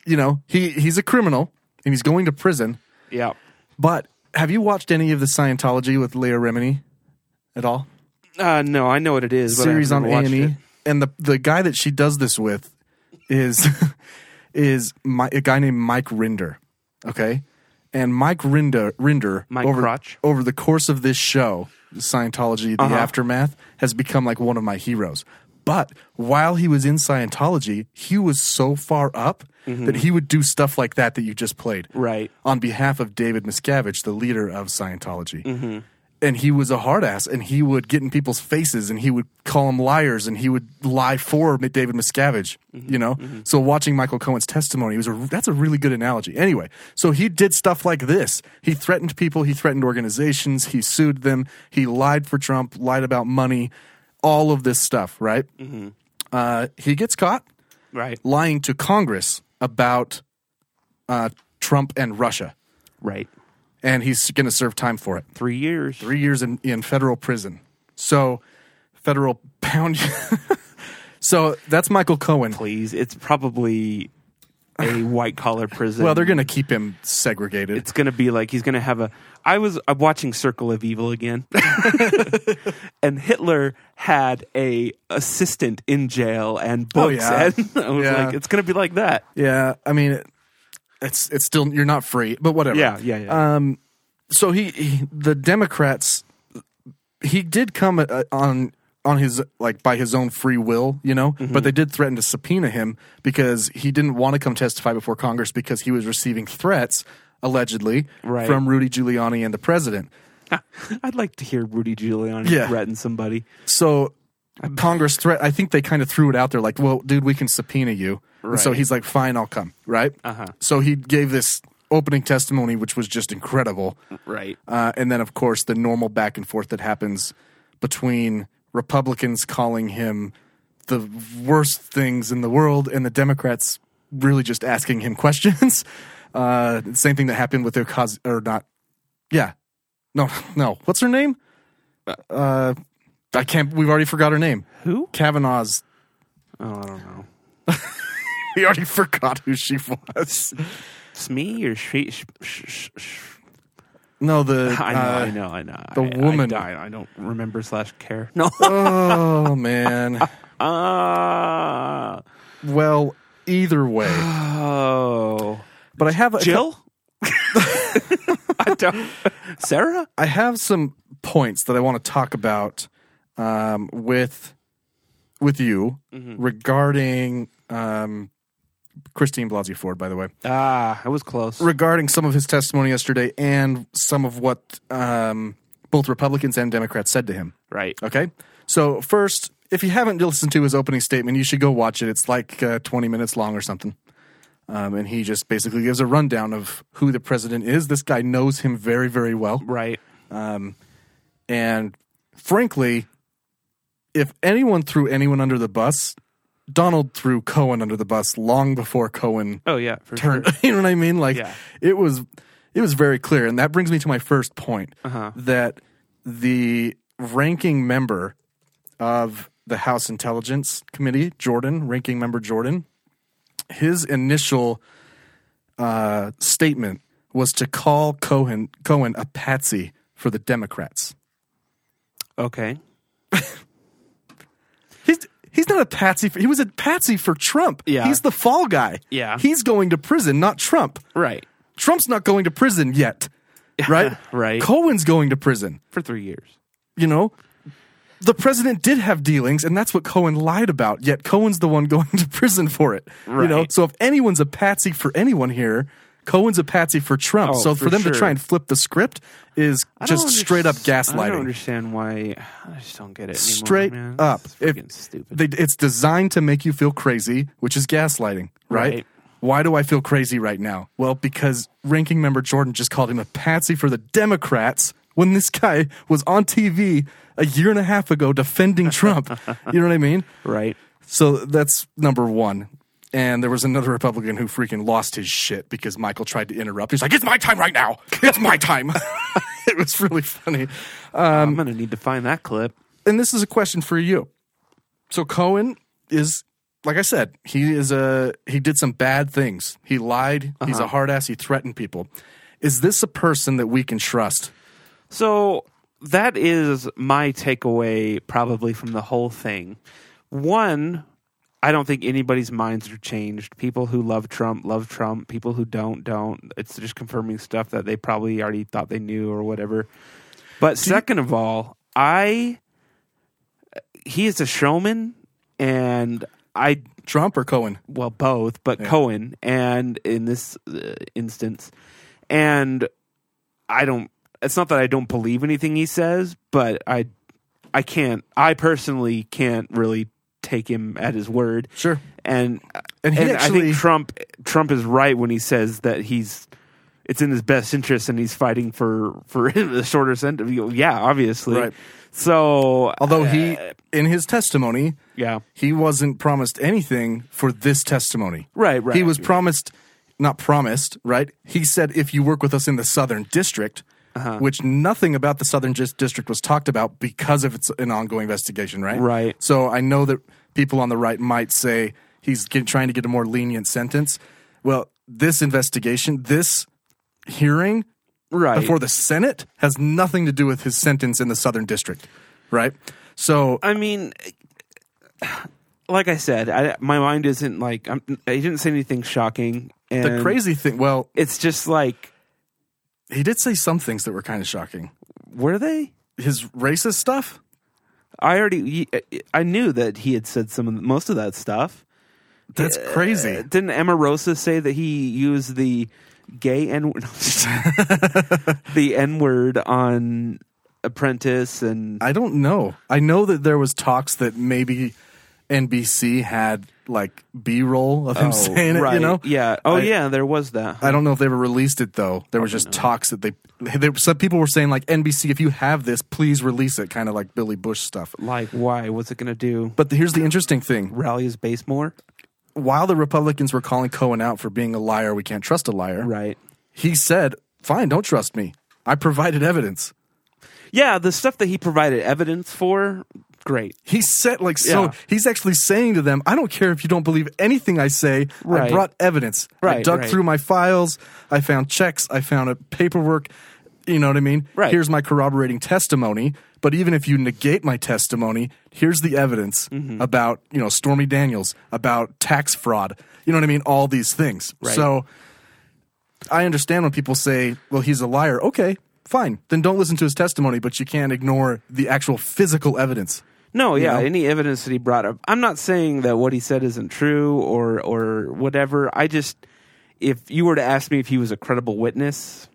[SPEAKER 8] You know, he he's a criminal and he's going to prison.
[SPEAKER 9] Yeah.
[SPEAKER 8] But have you watched any of the Scientology with Leah Remini at all?
[SPEAKER 9] Uh, no, I know what it is. But
[SPEAKER 8] series
[SPEAKER 9] I
[SPEAKER 8] on
[SPEAKER 9] haven't
[SPEAKER 8] A
[SPEAKER 9] watched
[SPEAKER 8] and
[SPEAKER 9] it.
[SPEAKER 8] E, and the the guy that she does this with is (laughs) is my, a guy named Mike Rinder. Okay, and Mike Rinder Rinder
[SPEAKER 9] Mike
[SPEAKER 8] over
[SPEAKER 9] Crotch?
[SPEAKER 8] over the course of this show, Scientology: The
[SPEAKER 9] Uh-huh.
[SPEAKER 8] Aftermath, has become like one of my heroes. But while he was in Scientology, he was so far up
[SPEAKER 9] Mm-hmm.
[SPEAKER 8] that he would do stuff like that that you just played,
[SPEAKER 9] Right.
[SPEAKER 8] On behalf of David Miscavige, the leader of Scientology and he was a hard ass and he would get in people's faces and he would call them liars and he would lie for M- David Miscavige, you know? So watching Michael Cohen's testimony was a, that's a really good analogy. Anyway, so he did stuff like this. He threatened people, he threatened organizations, he sued them, he lied for Trump, lied about money, all of this stuff, right? Uh, he gets caught
[SPEAKER 9] Right.
[SPEAKER 8] lying to Congress about uh, Trump and Russia,
[SPEAKER 9] Right.
[SPEAKER 8] and he's going to serve time for it
[SPEAKER 9] Three years.
[SPEAKER 8] three years in, in federal prison. So, federal pound. (laughs) so that's Michael Cohen.
[SPEAKER 9] Please. It's probably
[SPEAKER 8] (sighs)
[SPEAKER 9] a white collar prison.
[SPEAKER 8] Well, they're going to keep him segregated.
[SPEAKER 9] it's gonna be like he's gonna have a i was i'm watching circle of evil again (laughs) and hitler had a assistant in jail and
[SPEAKER 8] Oh,
[SPEAKER 9] books
[SPEAKER 8] yeah.
[SPEAKER 9] and (laughs) i was
[SPEAKER 8] Yeah.
[SPEAKER 9] like it's gonna be like that
[SPEAKER 8] yeah, I mean, it, it's it's still you're not free, but whatever.
[SPEAKER 9] yeah yeah yeah
[SPEAKER 8] So he, he the Democrats, he did come uh, on on his like by his own free will, you know, but they did threaten to subpoena him because he didn't want to come testify before Congress because he was receiving threats allegedly
[SPEAKER 9] Right.
[SPEAKER 8] from Rudy Giuliani and the president.
[SPEAKER 9] i'd like to hear rudy giuliani
[SPEAKER 8] Uh, Yeah.
[SPEAKER 9] threaten somebody
[SPEAKER 8] so Congress threat. I think they kind of threw it out there, like, "Well, dude, we can subpoena you." And so
[SPEAKER 9] Right.
[SPEAKER 8] he's like, "Fine, I'll come." Right. Uh-huh. So he gave this opening testimony, which was just incredible.
[SPEAKER 9] right
[SPEAKER 8] Uh, and then, of course, the normal back and forth that happens between Republicans calling him the worst things in the world and the Democrats really just asking him (laughs) questions. Uh, same thing that happened with Ocasio or not. Yeah. No, (laughs) no. What's her name? Uh, I can't. We've already forgot her name.
[SPEAKER 9] Who?
[SPEAKER 8] Kavanaugh's.
[SPEAKER 9] oh i don't know
[SPEAKER 8] (laughs) We already forgot who she was.
[SPEAKER 9] Smee or she, sh- sh- sh- sh-
[SPEAKER 8] No, the.
[SPEAKER 9] (laughs) I know,
[SPEAKER 8] uh,
[SPEAKER 9] I know, I know.
[SPEAKER 8] the
[SPEAKER 9] I- I
[SPEAKER 8] woman.
[SPEAKER 9] died. I, don't remember slash care. (laughs) No.
[SPEAKER 8] Oh man. Uh,
[SPEAKER 9] Ah.
[SPEAKER 8] Well, either way,
[SPEAKER 9] oh.
[SPEAKER 8] but I have a
[SPEAKER 9] Jill? (laughs) I don't. Sarah?
[SPEAKER 8] I have some points that I want to talk about um, with with you
[SPEAKER 9] Mm-hmm.
[SPEAKER 8] regarding um, Christine Blasey Ford. By the way,
[SPEAKER 9] Ah, I was close.
[SPEAKER 8] regarding some of his testimony yesterday and some of what um, both Republicans and Democrats said to him.
[SPEAKER 9] right.
[SPEAKER 8] Okay, so first, if you haven't listened to his opening statement, you should go watch it. It's like uh, twenty minutes long or something. Um, and he just basically gives a rundown of who the president is. This guy knows him very, very well.
[SPEAKER 9] Right.
[SPEAKER 8] And frankly, if anyone threw anyone under the bus, Donald threw Cohen under the bus long before Cohen
[SPEAKER 9] Oh yeah, for
[SPEAKER 8] turned.
[SPEAKER 9] sure.
[SPEAKER 8] (laughs) you know what I mean? Like
[SPEAKER 9] Yeah.
[SPEAKER 8] it was it was very clear, and that brings me to my first point
[SPEAKER 9] Uh-huh.
[SPEAKER 8] that the ranking member of the House Intelligence Committee, Jordan, ranking member Jordan, his initial uh, statement was to call Cohen Cohen a patsy for the Democrats.
[SPEAKER 9] Okay.
[SPEAKER 8] He's he's not a patsy. For, he was a patsy for Trump.
[SPEAKER 9] Yeah.
[SPEAKER 8] he's the fall guy.
[SPEAKER 9] Yeah.
[SPEAKER 8] he's going to prison, not Trump.
[SPEAKER 9] Right.
[SPEAKER 8] Trump's not going to prison
[SPEAKER 9] (laughs)
[SPEAKER 8] yet, right?
[SPEAKER 9] Right.
[SPEAKER 8] Cohen's going to prison.
[SPEAKER 9] For three years.
[SPEAKER 8] You know, the president did have dealings, and that's what Cohen lied about. Yet Cohen's the one (laughs) going to prison for it. You know,
[SPEAKER 9] Right.
[SPEAKER 8] so if anyone's a patsy for anyone here. Cohen's a patsy for Trump,
[SPEAKER 9] Oh,
[SPEAKER 8] so for,
[SPEAKER 9] for
[SPEAKER 8] them to
[SPEAKER 9] sure.
[SPEAKER 8] try and flip the script is
[SPEAKER 9] I don't
[SPEAKER 8] just
[SPEAKER 9] under-
[SPEAKER 8] straight up
[SPEAKER 9] I don't
[SPEAKER 8] gaslighting.
[SPEAKER 9] understand why. I just don't get it. Anymore,
[SPEAKER 8] straight
[SPEAKER 9] man.
[SPEAKER 8] up.
[SPEAKER 9] It's
[SPEAKER 8] If-
[SPEAKER 9] freaking stupid.
[SPEAKER 8] they- it's designed to make you feel crazy, which is gaslighting, right?
[SPEAKER 9] Right.
[SPEAKER 8] Why do I feel crazy right now? Well, because ranking member Jordan just called him a patsy for the Democrats when this guy was on TV a year and a half ago defending
[SPEAKER 9] (laughs)
[SPEAKER 8] Trump. you know what I mean?
[SPEAKER 9] right.
[SPEAKER 8] So that's number one. And there was another Republican who freaking lost his shit because Michael tried to interrupt. He's like, "It's my time right now. It's my time." (laughs) it was really funny Um,
[SPEAKER 9] I'm gonna need to find that clip.
[SPEAKER 8] and this is a question for you. So Cohen is, like I said, he is a he did some bad things. He lied. He's a hard ass. He threatened people. Is this a person that we can trust?
[SPEAKER 9] So that is my takeaway probably from the whole thing. One, I don't think anybody's minds are changed. People who love Trump love Trump. People who don't don't. It's just confirming stuff that they probably already thought they knew or whatever. But second of all, I he is a showman and I
[SPEAKER 8] Trump or Cohen?
[SPEAKER 9] well both but cohen and in this uh, instance and i don't it's not that i don't believe anything he says but i i can't i personally can't really take him at his word
[SPEAKER 8] Sure.
[SPEAKER 9] and
[SPEAKER 8] And
[SPEAKER 9] and,
[SPEAKER 8] he
[SPEAKER 9] i
[SPEAKER 8] actually-
[SPEAKER 9] think trump trump is right when he says that he's it's in his best interest and he's fighting for for (laughs) the shorter sentence yeah obviously
[SPEAKER 8] Right.
[SPEAKER 9] so
[SPEAKER 8] Although he, in his testimony,
[SPEAKER 9] yeah
[SPEAKER 8] he wasn't promised anything for this testimony.
[SPEAKER 9] Right, right.
[SPEAKER 8] He was promised, not promised, right? He said, if you work with us in the Southern District,
[SPEAKER 9] Uh-huh.
[SPEAKER 8] which nothing about the Southern Dis- District was talked about because of it's an ongoing investigation, right?
[SPEAKER 9] Right.
[SPEAKER 8] So I know that people on the right might say he's get, trying to get a more lenient sentence. Well, this investigation, this hearing
[SPEAKER 9] right
[SPEAKER 8] before the Senate has nothing to do with his sentence in the Southern District, right? So
[SPEAKER 9] I mean, like I said, I, my mind isn't like I'm, I didn't say anything shocking. And
[SPEAKER 8] the crazy thing, well,
[SPEAKER 9] It's just like
[SPEAKER 8] he did say some things that were kind of shocking.
[SPEAKER 9] were they?
[SPEAKER 8] His racist stuff.
[SPEAKER 9] I already I knew that he had said some of most of that stuff. Uh,
[SPEAKER 8] That's crazy.
[SPEAKER 9] Didn't Emma Rosa say that he used the gay n word, (laughs) the n word on Apprentice and
[SPEAKER 8] I don't know. I know that there was talks that maybe NBC had like B roll of him saying it. You
[SPEAKER 9] Oh, Right,
[SPEAKER 8] know?
[SPEAKER 9] yeah oh
[SPEAKER 8] I-
[SPEAKER 9] yeah there was that
[SPEAKER 8] I don't know if they ever released it though. There was just talks that they, they some people were saying like NBC, if you have this, please release it, kind of like Billy Bush stuff.
[SPEAKER 9] like why what's it gonna do
[SPEAKER 8] But here's the interesting thing:
[SPEAKER 9] rally his base more
[SPEAKER 8] while the Republicans were calling Cohen out for being a liar, we can't trust a liar.
[SPEAKER 9] right
[SPEAKER 8] He said, "Fine, don't trust me. I provided evidence."
[SPEAKER 9] Yeah, the stuff that he provided evidence for, great.
[SPEAKER 8] He said, like, so
[SPEAKER 9] Yeah.
[SPEAKER 8] he's actually saying to them, I don't care if you don't believe anything I say. I
[SPEAKER 9] Right.
[SPEAKER 8] brought evidence. I
[SPEAKER 9] Right,
[SPEAKER 8] dug
[SPEAKER 9] right.
[SPEAKER 8] through my files. I found checks. I found a paperwork. You know what I mean?
[SPEAKER 9] Right.
[SPEAKER 8] Here's my corroborating testimony. But even if you negate my testimony, here's the evidence
[SPEAKER 9] Mm-hmm.
[SPEAKER 8] about, you know, Stormy Daniels, about tax fraud. You know what I mean? All these things.
[SPEAKER 9] Right.
[SPEAKER 8] So I understand when people say, well, he's a liar. Okay, fine. Then don't listen to his testimony, but you can't ignore the actual physical evidence.
[SPEAKER 9] No, yeah,
[SPEAKER 8] know?
[SPEAKER 9] any evidence that he brought up. I'm not saying that what he said isn't true or or whatever. I just if you were to ask me if he was a credible witness,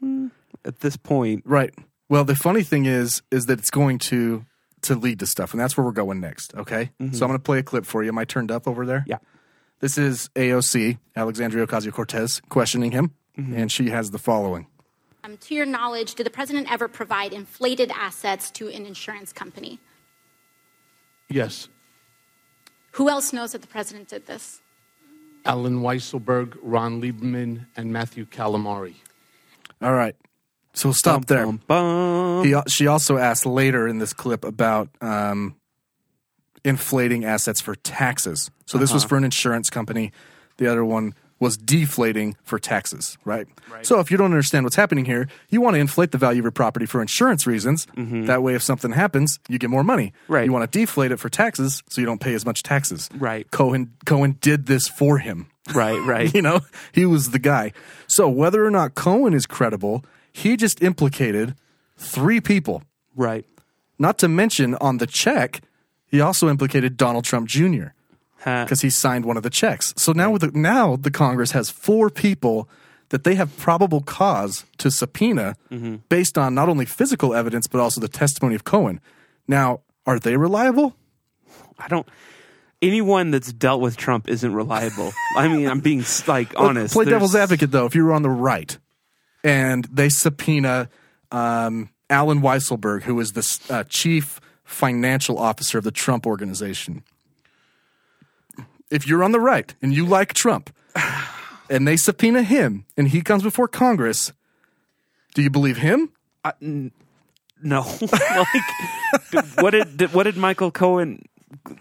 [SPEAKER 9] hmm, at this point,
[SPEAKER 8] Right. Well, the funny thing is, is that it's going to to lead to stuff, and that's where we're going next. Okay. So I'm going to play a clip for you. Am I turned up over there?
[SPEAKER 9] yeah.
[SPEAKER 8] This is AOC, Alexandria Ocasio Cortez, questioning him, and she has the following.
[SPEAKER 12] Um, to your knowledge, did the president ever provide inflated assets to an insurance company?
[SPEAKER 11] Yes.
[SPEAKER 12] Who else knows that the president did this?
[SPEAKER 11] Alan Weisselberg, Ron Lieberman, and Matthew Calamari.
[SPEAKER 8] All right. So we'll stop there.
[SPEAKER 9] Bum.
[SPEAKER 8] He, she also asked later in this clip about um, inflating assets for taxes. So this
[SPEAKER 9] Uh-huh.
[SPEAKER 8] was for an insurance company. The other one was deflating for taxes, right? So if you don't understand what's happening here, you want to inflate the value of your property for insurance reasons. That way, if something happens, you get more money.
[SPEAKER 9] Mm-hmm. Right.
[SPEAKER 8] You want to deflate it for taxes so you don't pay as much taxes.
[SPEAKER 9] Right.
[SPEAKER 8] Cohen Cohen did this for him. (laughs)
[SPEAKER 9] Right, right.
[SPEAKER 8] You know, he was the guy. So whether or not Cohen is credible, he just implicated three people.
[SPEAKER 9] right.
[SPEAKER 8] Not to mention on the check, he also implicated Donald Trump Jr.
[SPEAKER 9] Huh.
[SPEAKER 8] because he signed one of the checks. So now with the, now the Congress has four people that they have probable cause to subpoena
[SPEAKER 9] Mm-hmm.
[SPEAKER 8] based on not only physical evidence but also the testimony of Cohen. Now, are they reliable?
[SPEAKER 9] I don't. Anyone that's dealt with Trump isn't reliable. I mean, I'm being like honest.
[SPEAKER 8] Play
[SPEAKER 9] There's-
[SPEAKER 8] devil's advocate though. If you were on the right, and they subpoena um, Alan Weisselberg, who is the s- uh, chief financial officer of the Trump organization. If you're on the right and you like Trump, (sighs) and they subpoena him, and he comes before Congress, do you believe him?
[SPEAKER 9] No, (laughs) like what did, did what did Michael Cohen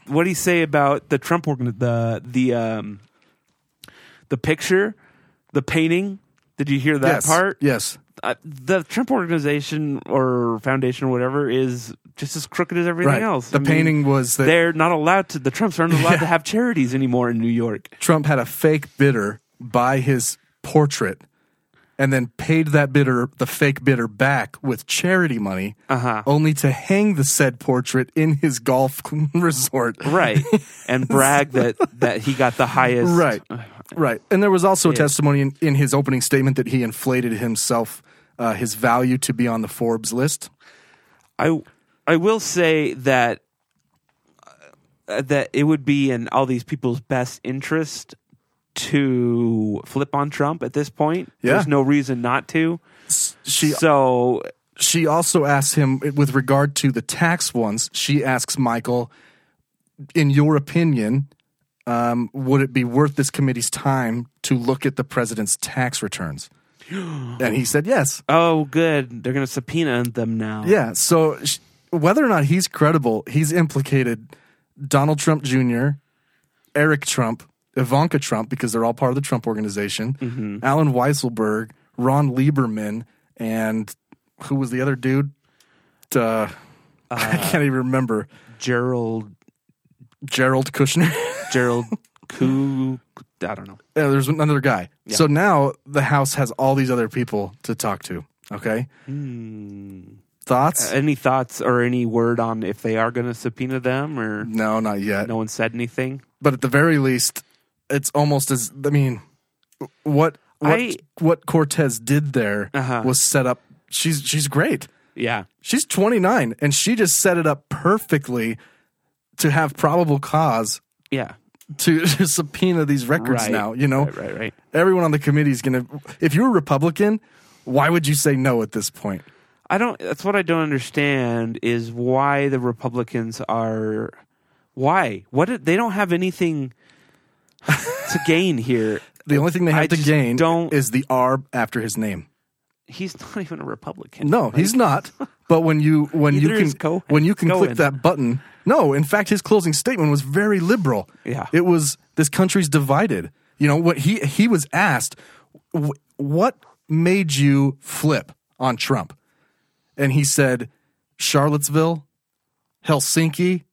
[SPEAKER 9] what did he say about the Trump organ the the um the picture the painting? Did you hear that
[SPEAKER 8] yes.
[SPEAKER 9] part?
[SPEAKER 8] Yes.
[SPEAKER 9] uh, the Trump organization or foundation or whatever is just as crooked as everything
[SPEAKER 8] Right.
[SPEAKER 9] else.
[SPEAKER 8] The painting was that-
[SPEAKER 9] they're not allowed to. The Trumps aren't allowed
[SPEAKER 8] Yeah.
[SPEAKER 9] to have charities anymore in New York.
[SPEAKER 8] Trump had a fake bidder buy his portrait and then paid that bidder, the fake bidder, back with charity money,
[SPEAKER 9] Uh-huh.
[SPEAKER 8] only to hang the said portrait in his golf (laughs) resort. (laughs)
[SPEAKER 9] Right, and brag that that he got the highest.
[SPEAKER 8] Right. Right. And there was also a
[SPEAKER 9] Yeah.
[SPEAKER 8] testimony in, in his opening statement that he inflated himself, uh, his value to be on the Forbes list.
[SPEAKER 9] I I will say that uh, that it would be in all these people's best interest to flip on Trump at this point.
[SPEAKER 8] Yeah.
[SPEAKER 9] There's no reason not to.
[SPEAKER 8] She
[SPEAKER 9] so
[SPEAKER 8] she also asks him with regard to the tax ones she asks michael in your opinion um, would it be worth this committee's time to look at the president's tax returns (gasps) and he said yes
[SPEAKER 9] oh good, they're going to subpoena them now.
[SPEAKER 8] yeah so sh- whether or not he's credible he's implicated donald trump jr eric trump ivanka trump because they're all part of the trump organization alan weisselberg ron lieberman and who was the other dude uh, (laughs) I can't even remember.
[SPEAKER 9] Gerald
[SPEAKER 8] Gerald Kushner. (laughs)
[SPEAKER 9] Gerald Koo. I don't know.
[SPEAKER 8] Yeah, there's another guy. So now the House has all these other people to talk to. Okay. Thoughts?
[SPEAKER 9] Any thoughts or any word on if they are going to subpoena them or
[SPEAKER 8] no, not yet.
[SPEAKER 9] no one said anything?
[SPEAKER 8] But at the very least, it's almost as I mean, what what
[SPEAKER 9] I-
[SPEAKER 8] what Cortez did there
[SPEAKER 9] Uh-huh.
[SPEAKER 8] was set up. She's she's great.
[SPEAKER 9] Yeah.
[SPEAKER 8] She's 29 and she just set it up perfectly to have probable cause
[SPEAKER 9] Yeah.
[SPEAKER 8] to, (laughs) to subpoena these records
[SPEAKER 9] Right.
[SPEAKER 8] now, you know?
[SPEAKER 9] Right, right, right.
[SPEAKER 8] everyone on the committee is going to. If you're a Republican, why would you say no at this point?
[SPEAKER 9] I don't. That's what I don't understand is why the Republicans are. Why? What? did- They don't have anything to gain here.
[SPEAKER 8] (laughs) The only thing they have
[SPEAKER 9] I
[SPEAKER 8] to
[SPEAKER 9] just
[SPEAKER 8] gain
[SPEAKER 9] don't-
[SPEAKER 8] is the R after his name.
[SPEAKER 9] He's not even a Republican.
[SPEAKER 8] No,
[SPEAKER 9] Like,
[SPEAKER 8] he's not. But when you
[SPEAKER 9] (laughs)
[SPEAKER 8] when you
[SPEAKER 9] Neither
[SPEAKER 8] can
[SPEAKER 9] is Cohen.
[SPEAKER 8] when you can
[SPEAKER 9] Cohen.
[SPEAKER 8] click that button, no. In fact, his closing statement was very liberal.
[SPEAKER 9] Yeah.
[SPEAKER 8] it was this country's divided. You know what he he was asked, "Wh- what made you flip on Trump, and he said Charlottesville, Helsinki,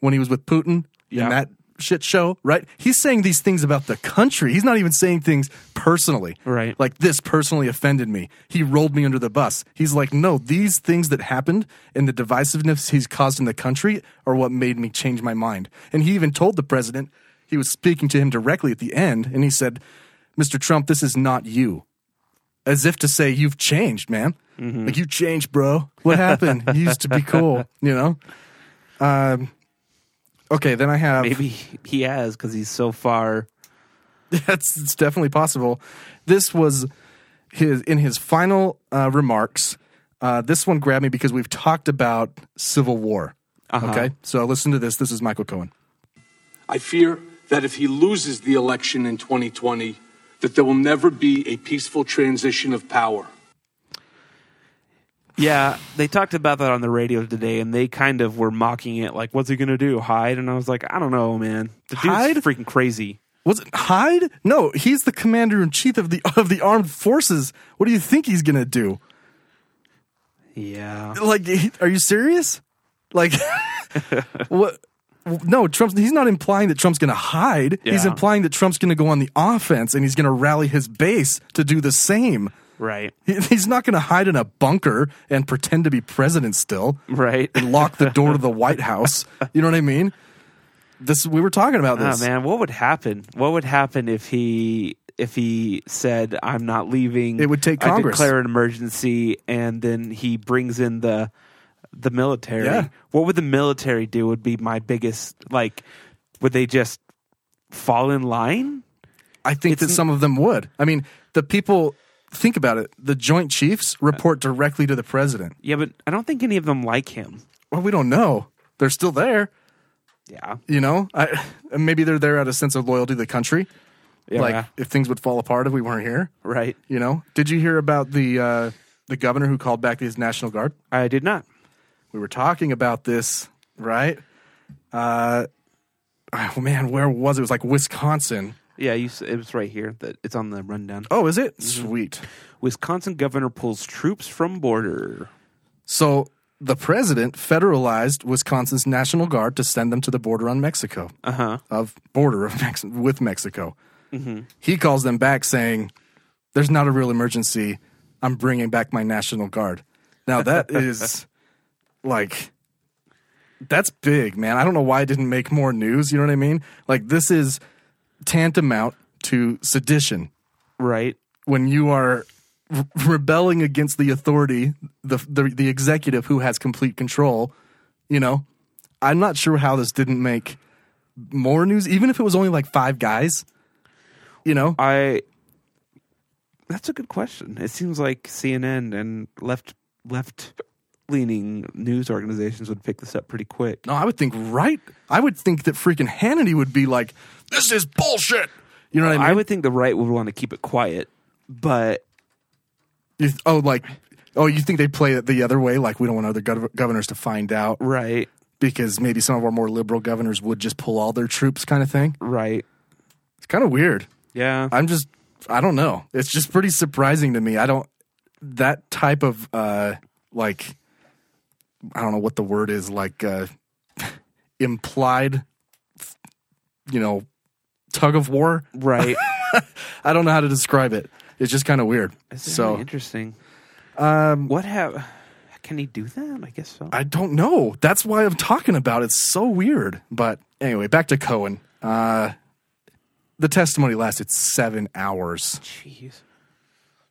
[SPEAKER 8] when he was with Putin
[SPEAKER 9] Yeah.
[SPEAKER 8] in that shit show. Right? He's saying these things about the country. He's not even saying things personally.
[SPEAKER 9] Right.
[SPEAKER 8] Like this personally offended me. He rolled me under the bus. He's like, no, these things that happened and the divisiveness he's caused in the country are what made me change my mind. And he even told the president, he was speaking to him directly at the end, and he said, Mr. Trump, this is not you. As if to say, you've changed, man. Like, you changed, bro. What happened? you used to be cool, you know? Um, okay, then I have.
[SPEAKER 9] Maybe he has because he's so far.
[SPEAKER 8] (laughs) That's it's definitely possible. This was his in his final uh, remarks. Uh, this one grabbed me because we've talked about Civil War
[SPEAKER 9] Uh-huh.
[SPEAKER 8] Okay, so listen to this. This is Michael Cohen.
[SPEAKER 13] I fear that if he loses the election in 2020, that there will never be a peaceful transition of power.
[SPEAKER 9] Yeah, they talked about that on the radio today, and they kind of were mocking it, like, "What's he gonna do? Hide?" And I was like, "I don't know, man. The dude's
[SPEAKER 8] Hide?
[SPEAKER 9] freaking crazy."
[SPEAKER 8] Was it Hyde? No, he's the commander in chief of the (laughs) of the armed forces. What do you think he's gonna do?
[SPEAKER 9] Yeah.
[SPEAKER 8] Like, he- are you serious? Like, (laughs) what? No, Trump's. He's not implying that Trump's gonna hide. He's
[SPEAKER 9] Yeah.
[SPEAKER 8] implying that Trump's gonna go on the offense and he's gonna rally his base to do the same.
[SPEAKER 9] Right.
[SPEAKER 8] He- He's not going to hide in a bunker and pretend to be president still,
[SPEAKER 9] right?
[SPEAKER 8] And lock the door to the White House. You know what I mean? This we were talking about
[SPEAKER 9] Oh
[SPEAKER 8] this.
[SPEAKER 9] man, what would happen? What would happen if he if he said, "I'm not leaving"?
[SPEAKER 8] It would take Congress.
[SPEAKER 9] I declare an emergency, and then he brings in the the military.
[SPEAKER 8] Yeah.
[SPEAKER 9] What would the military do? Would be my biggest like. Would they just fall in line?
[SPEAKER 8] I think that
[SPEAKER 9] n-
[SPEAKER 8] some of them would. I mean, the people think about it. The Joint Chiefs report directly to the president.
[SPEAKER 9] Yeah, but I don't think any of them like him.
[SPEAKER 8] Well, we don't know. They're still there.
[SPEAKER 9] Yeah.
[SPEAKER 8] You know, I, maybe they're there out of sense of loyalty to the country.
[SPEAKER 9] Yeah.
[SPEAKER 8] Like if things would fall apart if we weren't here,
[SPEAKER 9] Right.
[SPEAKER 8] you know. Did you hear about the uh, the governor who called back his national guard?
[SPEAKER 9] I did not.
[SPEAKER 8] we were talking about this, right? Uh, oh man, where was it? It was like Wisconsin.
[SPEAKER 9] Yeah, you, s- it was right here. That it's on the rundown.
[SPEAKER 8] Oh, is it? Sweet.
[SPEAKER 9] Wisconsin governor pulls troops from border.
[SPEAKER 8] So the president federalized Wisconsin's National Guard to send them to the border on Mexico,
[SPEAKER 9] Uh huh.
[SPEAKER 8] of border of Mex- with Mexico.
[SPEAKER 9] Mm-hmm.
[SPEAKER 8] He calls them back saying, "There's not a real emergency. I'm bringing back my National Guard." Now that is like that's big, man. I don't know why it didn't make more news. You know what I mean? Like this is tantamount to sedition
[SPEAKER 9] Right.
[SPEAKER 8] when you are re- rebelling against the authority, the, the the executive who has complete control. You know, I'm not sure how this didn't make more news, even if it was only like five guys. You know,
[SPEAKER 9] I. That's a good question. It seems like CNN and left left leaning news organizations would pick this up pretty quick.
[SPEAKER 8] No, I would think right. I would think that freaking Hannity would be like, "This is bullshit." You know what I mean?
[SPEAKER 9] I would think the right would want to keep it quiet, but
[SPEAKER 8] You th- oh, like, oh, you think they play it the other way? Like, we don't want other gov- governors to find out
[SPEAKER 9] right,
[SPEAKER 8] because maybe some of our more liberal governors would just pull all their troops, kind of thing.
[SPEAKER 9] right,
[SPEAKER 8] It's kind of weird.
[SPEAKER 9] yeah,
[SPEAKER 8] I'm just, I don't know. It's just pretty surprising to me. I don't that type of uh like, I don't know what the word is like uh (laughs) implied, you know, tug of war. (laughs)
[SPEAKER 9] right.
[SPEAKER 8] I don't know how to describe it. It's just kind of weird.
[SPEAKER 9] It's really
[SPEAKER 8] So
[SPEAKER 9] interesting.
[SPEAKER 8] um,
[SPEAKER 9] What have? Can he do that? I guess so.
[SPEAKER 8] I don't know. That's why I'm talking about it. It's so weird. But anyway, back to Cohen. Uh, the testimony lasted seven hours.
[SPEAKER 9] Jeez.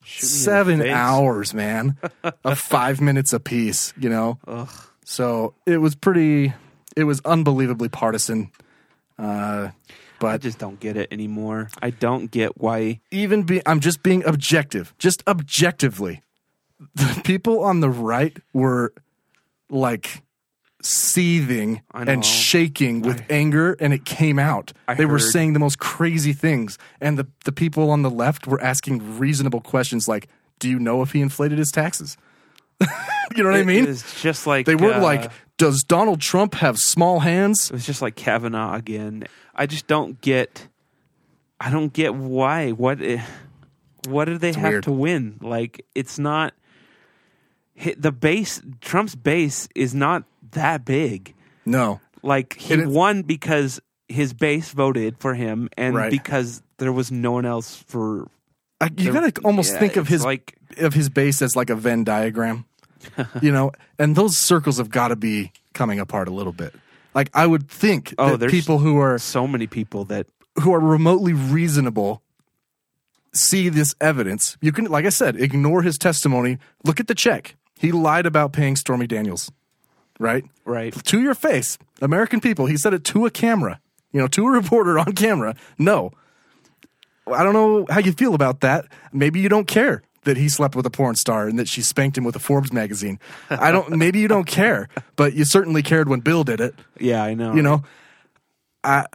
[SPEAKER 9] Shoot me in the
[SPEAKER 8] Seven
[SPEAKER 9] face.
[SPEAKER 8] hours, man,
[SPEAKER 9] (laughs)
[SPEAKER 8] of five minutes apiece. You know.
[SPEAKER 9] Ugh.
[SPEAKER 8] So it was pretty. It was unbelievably partisan. Uh,
[SPEAKER 9] I
[SPEAKER 8] but
[SPEAKER 9] just don't get it anymore. I don't get why.
[SPEAKER 8] even be I'm just being objective, just objectively. (laughs) The people on the right were like seething
[SPEAKER 9] I know.
[SPEAKER 8] and shaking with anger and it came out.
[SPEAKER 9] I
[SPEAKER 8] they were
[SPEAKER 9] heard.
[SPEAKER 8] saying the most crazy things and the, the people on the left were asking reasonable questions like, Do you know if he inflated his taxes? (laughs) you know what I
[SPEAKER 9] It
[SPEAKER 8] mean?
[SPEAKER 9] was just like
[SPEAKER 8] they weren't
[SPEAKER 9] uh,
[SPEAKER 8] like, Does Donald Trump have small hands?
[SPEAKER 9] It was just like Kavanaugh again. I just don't get. I don't get why. What? i- What do they have
[SPEAKER 8] weird.
[SPEAKER 9] to win? Like it's not. hi- The base Trump's base is not that big.
[SPEAKER 8] No.
[SPEAKER 9] Like he
[SPEAKER 8] It is-
[SPEAKER 9] won because his base voted for him, and
[SPEAKER 8] Right.
[SPEAKER 9] because there was no one else for.
[SPEAKER 8] I, you
[SPEAKER 9] there-
[SPEAKER 8] gotta almost
[SPEAKER 9] yeah,
[SPEAKER 8] think of
[SPEAKER 9] it's
[SPEAKER 8] his
[SPEAKER 9] like
[SPEAKER 8] of his base as like a Venn
[SPEAKER 9] (laughs)
[SPEAKER 8] diagram, you know, and those circles have got to be coming apart a little bit. Like I would think
[SPEAKER 9] Oh,
[SPEAKER 8] that
[SPEAKER 9] there's-
[SPEAKER 8] people who are
[SPEAKER 9] so many people that
[SPEAKER 8] who are remotely reasonable see this evidence. You can, like I said, ignore his testimony. Look at the check. He lied about paying Stormy Daniels, right?
[SPEAKER 9] right.
[SPEAKER 8] To your face, American people. He said it to a camera, you know, to a reporter on camera. No, I don't know how you feel about that. Maybe you don't care. that he slept with a porn star and that she spanked him with a Forbes magazine. I don't. Maybe you don't care, but you certainly cared when Bill did it.
[SPEAKER 9] Yeah, I know.
[SPEAKER 8] You know, I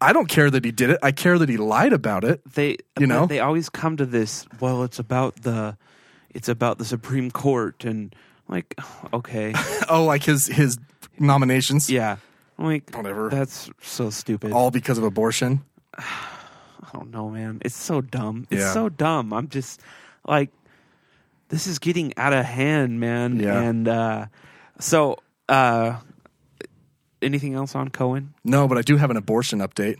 [SPEAKER 8] I don't care that he did it. I care that he lied about it. (laughs)
[SPEAKER 9] They,
[SPEAKER 8] you
[SPEAKER 9] but
[SPEAKER 8] know,
[SPEAKER 9] they always come to this. Well, it's about the, it's about the Supreme Court and like, (sighs) okay,
[SPEAKER 8] oh, like his his nominations.
[SPEAKER 9] Yeah, like whatever. That's so stupid.
[SPEAKER 8] all because of abortion.
[SPEAKER 9] I don't know, man. It's so dumb. It's
[SPEAKER 8] Yeah.
[SPEAKER 9] so dumb. I'm just like, this is getting out of hand, man.
[SPEAKER 8] Yeah.
[SPEAKER 9] And uh, so, uh, anything else on Cohen?
[SPEAKER 8] No, but I do have an abortion update.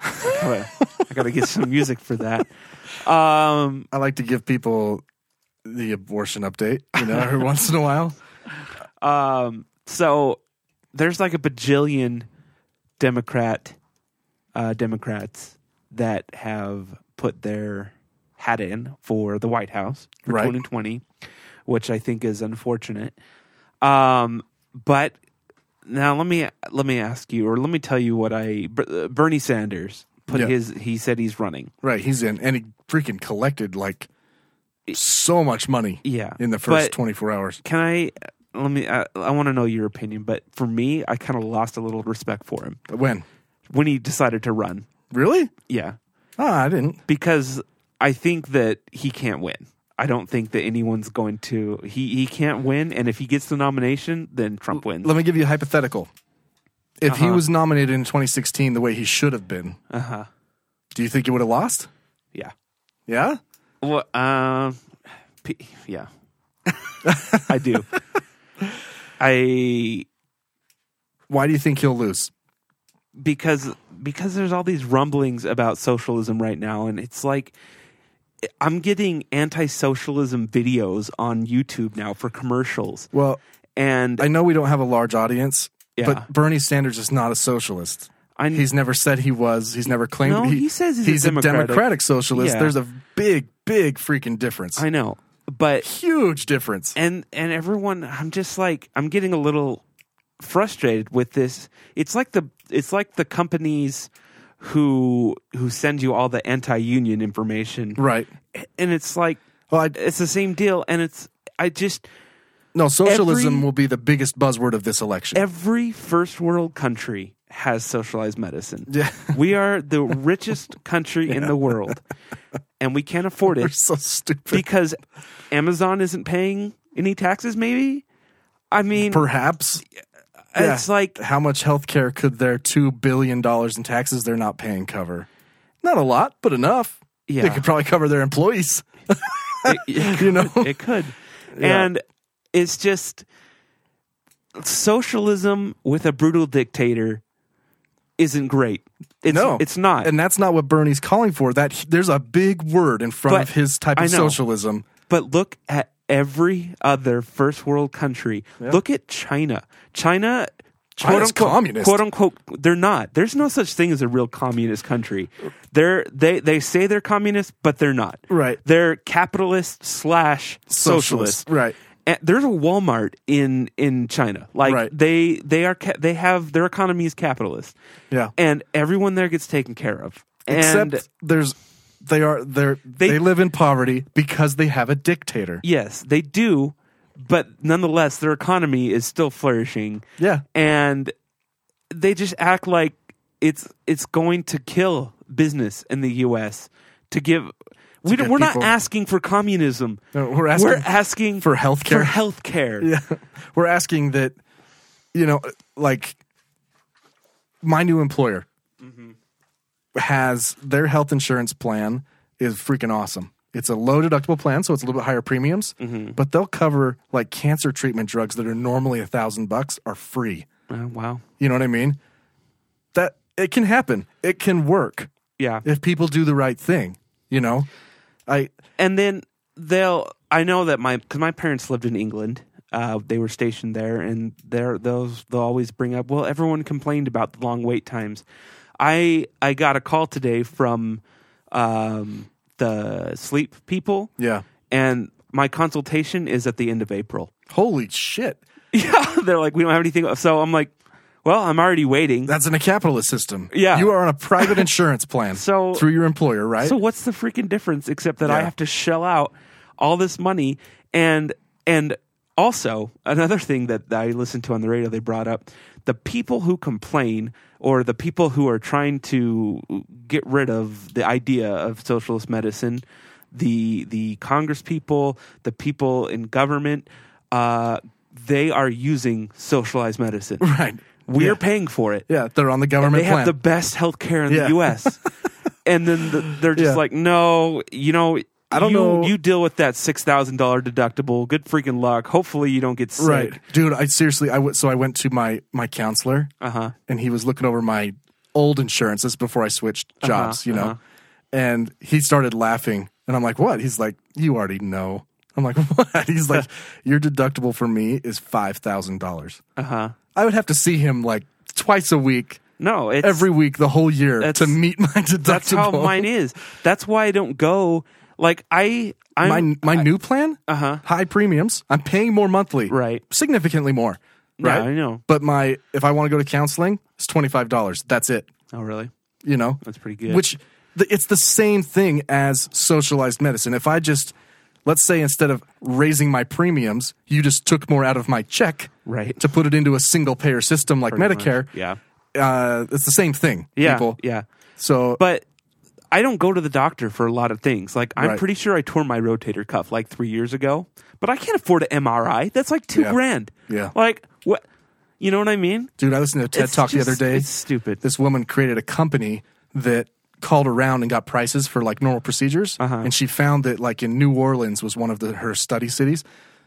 [SPEAKER 9] I gotta get some music for that. Um,
[SPEAKER 8] I like to give people the abortion update. You know,
[SPEAKER 9] (laughs)
[SPEAKER 8] every once in a while.
[SPEAKER 9] Um, so there's like a bajillion Democrat uh, Democrats that have put their hat in for the White House for
[SPEAKER 8] Right.
[SPEAKER 9] 2020, which I think is unfortunate. Um, but now let me let me ask you, or let me tell you what I Ber- uh, Bernie Sanders put
[SPEAKER 8] Yeah.
[SPEAKER 9] his he said he's running.
[SPEAKER 8] Right, he's in, and he freaking collected like so much money.
[SPEAKER 9] Yeah,
[SPEAKER 8] in the first
[SPEAKER 9] But-
[SPEAKER 8] 24 hours.
[SPEAKER 9] Can I? uh, Let me. I, I want to know your opinion, but for me, I kind of lost a little respect for him
[SPEAKER 8] When?
[SPEAKER 9] when he decided to run.
[SPEAKER 8] Really?
[SPEAKER 9] Yeah,
[SPEAKER 8] Oh, I didn't.
[SPEAKER 9] because I think that he can't win. I don't think that anyone's going to. He he can't win, and if he gets the nomination, then Trump wins.
[SPEAKER 8] Let me give you a hypothetical. If he
[SPEAKER 9] Uh-huh.
[SPEAKER 8] was nominated in 2016 the way he should have been,
[SPEAKER 9] Uh huh.
[SPEAKER 8] do you think he would have lost?
[SPEAKER 9] Yeah.
[SPEAKER 8] Yeah?
[SPEAKER 9] Well, um, p-
[SPEAKER 8] (laughs)
[SPEAKER 9] yeah, I do. I
[SPEAKER 8] Why do you think he'll lose?
[SPEAKER 9] because because there's all these rumblings about socialism right now, and it's like I'm getting anti-socialism videos on YouTube now for commercials,
[SPEAKER 8] Well,
[SPEAKER 9] and
[SPEAKER 8] I know we don't have a large audience,
[SPEAKER 9] Yeah.
[SPEAKER 8] but Bernie Sanders is not a socialist.
[SPEAKER 9] I-
[SPEAKER 8] he's never said he was. He's never claimed
[SPEAKER 9] No, he says he's a democratic-
[SPEAKER 8] socialist.
[SPEAKER 9] Yeah.
[SPEAKER 8] There's a big, big freaking difference.
[SPEAKER 9] I know, but
[SPEAKER 8] Huge difference.
[SPEAKER 9] and and everyone i'm just like i'm getting a little frustrated with this it's like the it's like the companies who who send you all the anti-union information
[SPEAKER 8] Right.
[SPEAKER 9] and it's like
[SPEAKER 8] Well, I,
[SPEAKER 9] it's the same deal and it's i just
[SPEAKER 8] no, socialism
[SPEAKER 9] Every-
[SPEAKER 8] will be the biggest buzzword of this election.
[SPEAKER 9] every first world country has socialized medicine
[SPEAKER 8] Yeah.
[SPEAKER 9] (laughs) we are the richest country in the world and we
[SPEAKER 8] (laughs)
[SPEAKER 9] can't afford
[SPEAKER 8] We're
[SPEAKER 9] it
[SPEAKER 8] so stupid.
[SPEAKER 9] because amazon isn't paying any taxes maybe i mean
[SPEAKER 8] Perhaps.
[SPEAKER 9] it's like
[SPEAKER 8] how much health care could their two billion dollars in taxes they're not paying cover? Not a lot, but enough.
[SPEAKER 9] Yeah.
[SPEAKER 8] It could probably cover their employees. (laughs) you know?
[SPEAKER 9] it could.
[SPEAKER 8] Yeah.
[SPEAKER 9] And it's just socialism with a brutal dictator isn't great. It's,
[SPEAKER 8] no,
[SPEAKER 9] it's not.
[SPEAKER 8] And that's not what Bernie's calling for. That there's a big word in front
[SPEAKER 9] But-
[SPEAKER 8] of his type
[SPEAKER 9] I
[SPEAKER 8] of
[SPEAKER 9] know.
[SPEAKER 8] socialism.
[SPEAKER 9] but look at every other first world country. Look at China. China.
[SPEAKER 8] China's
[SPEAKER 9] quote unquote,
[SPEAKER 8] communist.
[SPEAKER 9] Quote unquote, they're not. There's no such thing as a real communist country. They're they they say they're communist, but they're not.
[SPEAKER 8] Right.
[SPEAKER 9] They're capitalist slash
[SPEAKER 8] Socialist,
[SPEAKER 9] socialist.
[SPEAKER 8] right.
[SPEAKER 9] And there's a Walmart in in China. Like
[SPEAKER 8] Right.
[SPEAKER 9] they they are ca- they have their economy is capitalist.
[SPEAKER 8] Yeah.
[SPEAKER 9] And everyone there gets taken care of.
[SPEAKER 8] Except
[SPEAKER 9] and
[SPEAKER 8] there's they are they're, they live in poverty because they have a dictator.
[SPEAKER 9] Yes, they do, but nonetheless, their economy is still flourishing,
[SPEAKER 8] Yeah.
[SPEAKER 9] and they just act like it's it's going to kill business in the U.S. to give. we
[SPEAKER 8] give
[SPEAKER 9] don't, we're
[SPEAKER 8] people-
[SPEAKER 9] not asking for communism.
[SPEAKER 8] No, we're asking
[SPEAKER 9] asking
[SPEAKER 8] for healthcare.
[SPEAKER 9] For healthcare.
[SPEAKER 8] Yeah. (laughs) We're asking that, you know, like my new employer has their health insurance plan is freaking awesome. It's a low deductible plan, so it's a little bit higher premiums, but they'll cover like cancer treatment drugs that are normally a thousand bucks are free.
[SPEAKER 9] Oh, wow.
[SPEAKER 8] You know what I mean? That it can happen. It can work
[SPEAKER 9] Yeah.
[SPEAKER 8] if people do the right thing. You know, I
[SPEAKER 9] and then they'll i know that my because my parents lived in england uh, they were stationed there and there those they'll always bring up well everyone complained about the long wait times i i got a call today from um, the sleep people
[SPEAKER 8] yeah.
[SPEAKER 9] and my consultation is at the end of april (laughs)
[SPEAKER 8] Holy shit!
[SPEAKER 9] yeah they're like we don't have anything so i'm like well i'm already waiting
[SPEAKER 8] That's in a capitalist system.
[SPEAKER 9] Yeah.
[SPEAKER 8] you are on a private
[SPEAKER 9] (laughs)
[SPEAKER 8] insurance plan
[SPEAKER 9] So-
[SPEAKER 8] through your employer, right?
[SPEAKER 9] So what's the freaking difference except that I
[SPEAKER 8] Yeah.
[SPEAKER 9] have to shell out all this money and and also another thing that I listened to on the radio they brought up the people who complain or the people who are trying to get rid of the idea of socialist medicine the the congress people the people in government uh, they are using socialized medicine
[SPEAKER 8] right
[SPEAKER 9] we're paying for it
[SPEAKER 8] yeah they're on the government
[SPEAKER 9] they have
[SPEAKER 8] plan.
[SPEAKER 9] the best health care in
[SPEAKER 8] Yeah.
[SPEAKER 9] the
[SPEAKER 8] (laughs)
[SPEAKER 9] us and then the, they're just
[SPEAKER 8] Yeah.
[SPEAKER 9] like no you know
[SPEAKER 8] I don't
[SPEAKER 9] you,
[SPEAKER 8] know-
[SPEAKER 9] you deal with that $6000 deductible good freaking luck hopefully you don't get sick
[SPEAKER 8] Right, dude. I seriously, I w- so I went to my my counselor,
[SPEAKER 9] uh-huh
[SPEAKER 8] and he was looking over my old insurance. This is before I switched
[SPEAKER 9] Uh-huh,
[SPEAKER 8] jobs, you know.
[SPEAKER 9] uh-huh.
[SPEAKER 8] And he started laughing, and I'm like, "What?" He's like, "You already know." I'm like, (laughs) "What?" He's
[SPEAKER 9] (laughs)
[SPEAKER 8] like, "Your deductible for me is five thousand dollars."
[SPEAKER 9] uh-huh
[SPEAKER 8] I would have to see him like twice a week,
[SPEAKER 9] no it's
[SPEAKER 8] every week, the whole year to
[SPEAKER 9] that's-
[SPEAKER 8] meet my deductible.
[SPEAKER 9] That's how mine is. That's why I don't go. Like I, I'm,
[SPEAKER 8] my my new plan, uh huh, high premiums. I'm paying more monthly,
[SPEAKER 9] right?
[SPEAKER 8] Significantly more,
[SPEAKER 9] Yeah,
[SPEAKER 8] right?
[SPEAKER 9] I know.
[SPEAKER 8] But my if I want to go to counseling, it's twenty five dollars. That's it.
[SPEAKER 9] Oh, really?
[SPEAKER 8] You know,
[SPEAKER 9] That's pretty good.
[SPEAKER 8] Which the, it's the same thing as socialized medicine. If I just let's say instead of raising my premiums, you just took more out of my check,
[SPEAKER 9] Right.
[SPEAKER 8] to put it into a single payer system like
[SPEAKER 9] Pretty much.
[SPEAKER 8] Medicare.
[SPEAKER 9] Yeah.
[SPEAKER 8] Uh, it's the same thing.
[SPEAKER 9] Yeah.
[SPEAKER 8] people.
[SPEAKER 9] Yeah.
[SPEAKER 8] So,
[SPEAKER 9] but I don't go to the doctor for a lot of things. Like I'm
[SPEAKER 8] Right.
[SPEAKER 9] pretty sure I tore my rotator cuff like three years ago, but I can't afford an MRI. That's like two
[SPEAKER 8] Yeah.
[SPEAKER 9] grand.
[SPEAKER 8] Yeah.
[SPEAKER 9] Like what? You know what I mean?
[SPEAKER 8] Dude, I listened to a TED
[SPEAKER 9] It's
[SPEAKER 8] Talk
[SPEAKER 9] just-
[SPEAKER 8] the other day.
[SPEAKER 9] It's stupid.
[SPEAKER 8] This woman created a company that called around and got prices for like normal procedures,
[SPEAKER 9] Uh-huh.
[SPEAKER 8] and she found that like in New Orleans was one of the, her study cities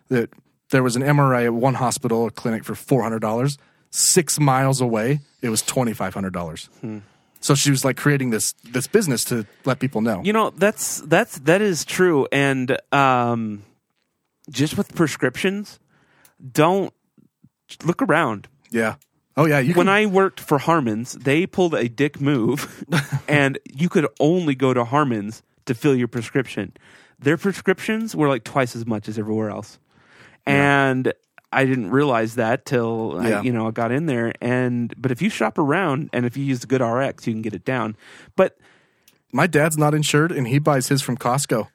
[SPEAKER 8] that there was an MRI at one hospital or clinic for four hundred dollars. Six miles away, it was twenty five hundred dollars.
[SPEAKER 9] Hmm.
[SPEAKER 8] So she was like creating this this business to let people know.
[SPEAKER 9] You know, that's that's that is true and um just with prescriptions, don't look around.
[SPEAKER 8] Yeah. Oh yeah. You
[SPEAKER 9] when
[SPEAKER 8] can,
[SPEAKER 9] I worked for Harmon's, they pulled a dick
[SPEAKER 8] (laughs)
[SPEAKER 9] move, and you could only go to Harmon's to fill your prescription. Their prescriptions were like twice as much as everywhere else, and I didn't realize that till
[SPEAKER 8] Yeah.
[SPEAKER 9] I, you know I got in there. And but if you shop around and if you use a good RX, you can get it down. But
[SPEAKER 8] my dad's not insured, and he buys his from Costco.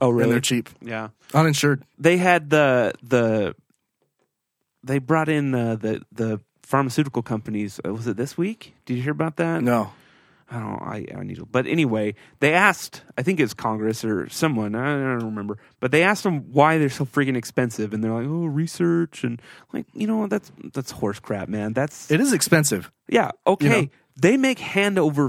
[SPEAKER 9] oh really?
[SPEAKER 8] And they're cheap,
[SPEAKER 9] Yeah,
[SPEAKER 8] uninsured.
[SPEAKER 9] they had the the they brought in uh, the the pharmaceutical companies. Uh, Was it this week? Did you hear about that?
[SPEAKER 8] No.
[SPEAKER 9] I don't. I, I need to. But anyway, they asked. I think it's Congress or someone. I don't remember. But they asked them why they're so freaking expensive, and they're like, "Oh, research," and like, you know, that's that's horse crap, man. That's
[SPEAKER 8] It is expensive.
[SPEAKER 9] yeah. Okay,
[SPEAKER 8] You know.
[SPEAKER 9] they make hand over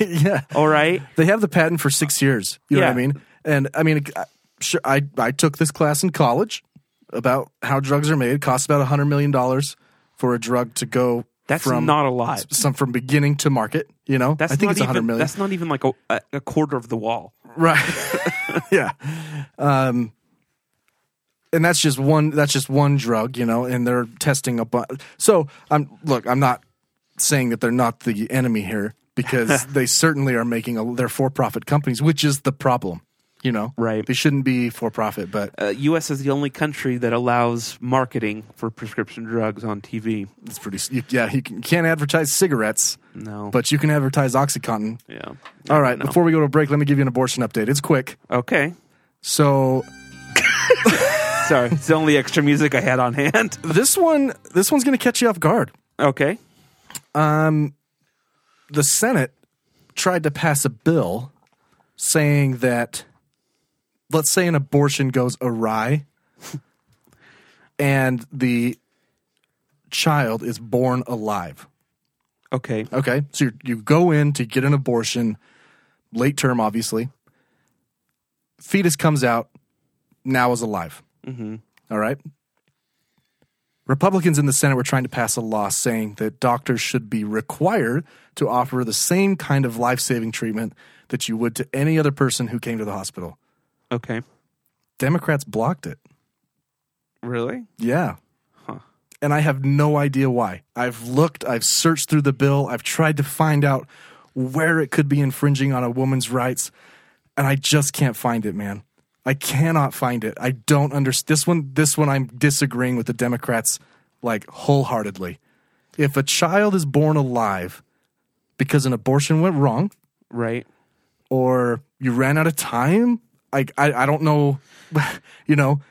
[SPEAKER 8] (laughs) yeah.
[SPEAKER 9] all right.
[SPEAKER 8] They have the patent for six years. You know what I
[SPEAKER 9] Yeah.
[SPEAKER 8] mean? And I mean, I- sure, I I took this class in college about how drugs are made. It costs about hundred million dollars for a drug to go.
[SPEAKER 9] That's
[SPEAKER 8] from
[SPEAKER 9] not a lot.
[SPEAKER 8] Some from beginning to market. You know,
[SPEAKER 9] That's
[SPEAKER 8] I think
[SPEAKER 9] not
[SPEAKER 8] it's
[SPEAKER 9] even.
[SPEAKER 8] hundred million.
[SPEAKER 9] That's not even like a, a- a quarter of the wall.
[SPEAKER 8] right? (laughs) yeah. Um, and that's just one. That's just one drug. You know, and they're testing a bunch. So I'm look. I'm not saying that they're not the enemy here
[SPEAKER 9] (laughs)
[SPEAKER 8] because they certainly are making a, they're for-profit companies, which is the problem. You know,
[SPEAKER 9] Right.
[SPEAKER 8] They shouldn't be for-profit, but
[SPEAKER 9] Uh, U.S. is the only country that allows marketing for prescription drugs on TV.
[SPEAKER 8] it's pretty. You, yeah, you can, you can't advertise cigarettes,
[SPEAKER 9] No,
[SPEAKER 8] but you can advertise OxyContin.
[SPEAKER 9] yeah.
[SPEAKER 8] All right.
[SPEAKER 9] No.
[SPEAKER 8] Before we go to a break, let me give you an abortion update. It's quick.
[SPEAKER 9] Okay.
[SPEAKER 8] So
[SPEAKER 9] Sorry, it's the only extra music I had on hand. (laughs)
[SPEAKER 8] this one, this one's going to catch you off guard.
[SPEAKER 9] Okay.
[SPEAKER 8] Um, the Senate tried to pass a bill saying that, let's say an abortion goes awry (laughs) and the child is born alive.
[SPEAKER 9] Okay.
[SPEAKER 8] Okay. So you you go in to get an abortion, late term, obviously. Fetus comes out, now is alive. Mm-hmm. right. Republicans in the Senate were trying to pass a law saying that doctors should be required to offer the same kind of life saving treatment that you would to any other person who came to the hospital.
[SPEAKER 9] Okay.
[SPEAKER 8] Democrats blocked it.
[SPEAKER 9] Really?
[SPEAKER 8] Yeah.
[SPEAKER 9] Huh.
[SPEAKER 8] And I have no idea why. I've looked, I've searched through the bill, I've tried to find out where it could be infringing on a woman's rights, and I just can't find it, man. I cannot find it. I don't understand this one. This one, I'm disagreeing with the Democrats like wholeheartedly. If a child is born alive because an abortion went wrong
[SPEAKER 9] Right.
[SPEAKER 8] or you ran out of time, Like I, I don't know, (laughs) you know.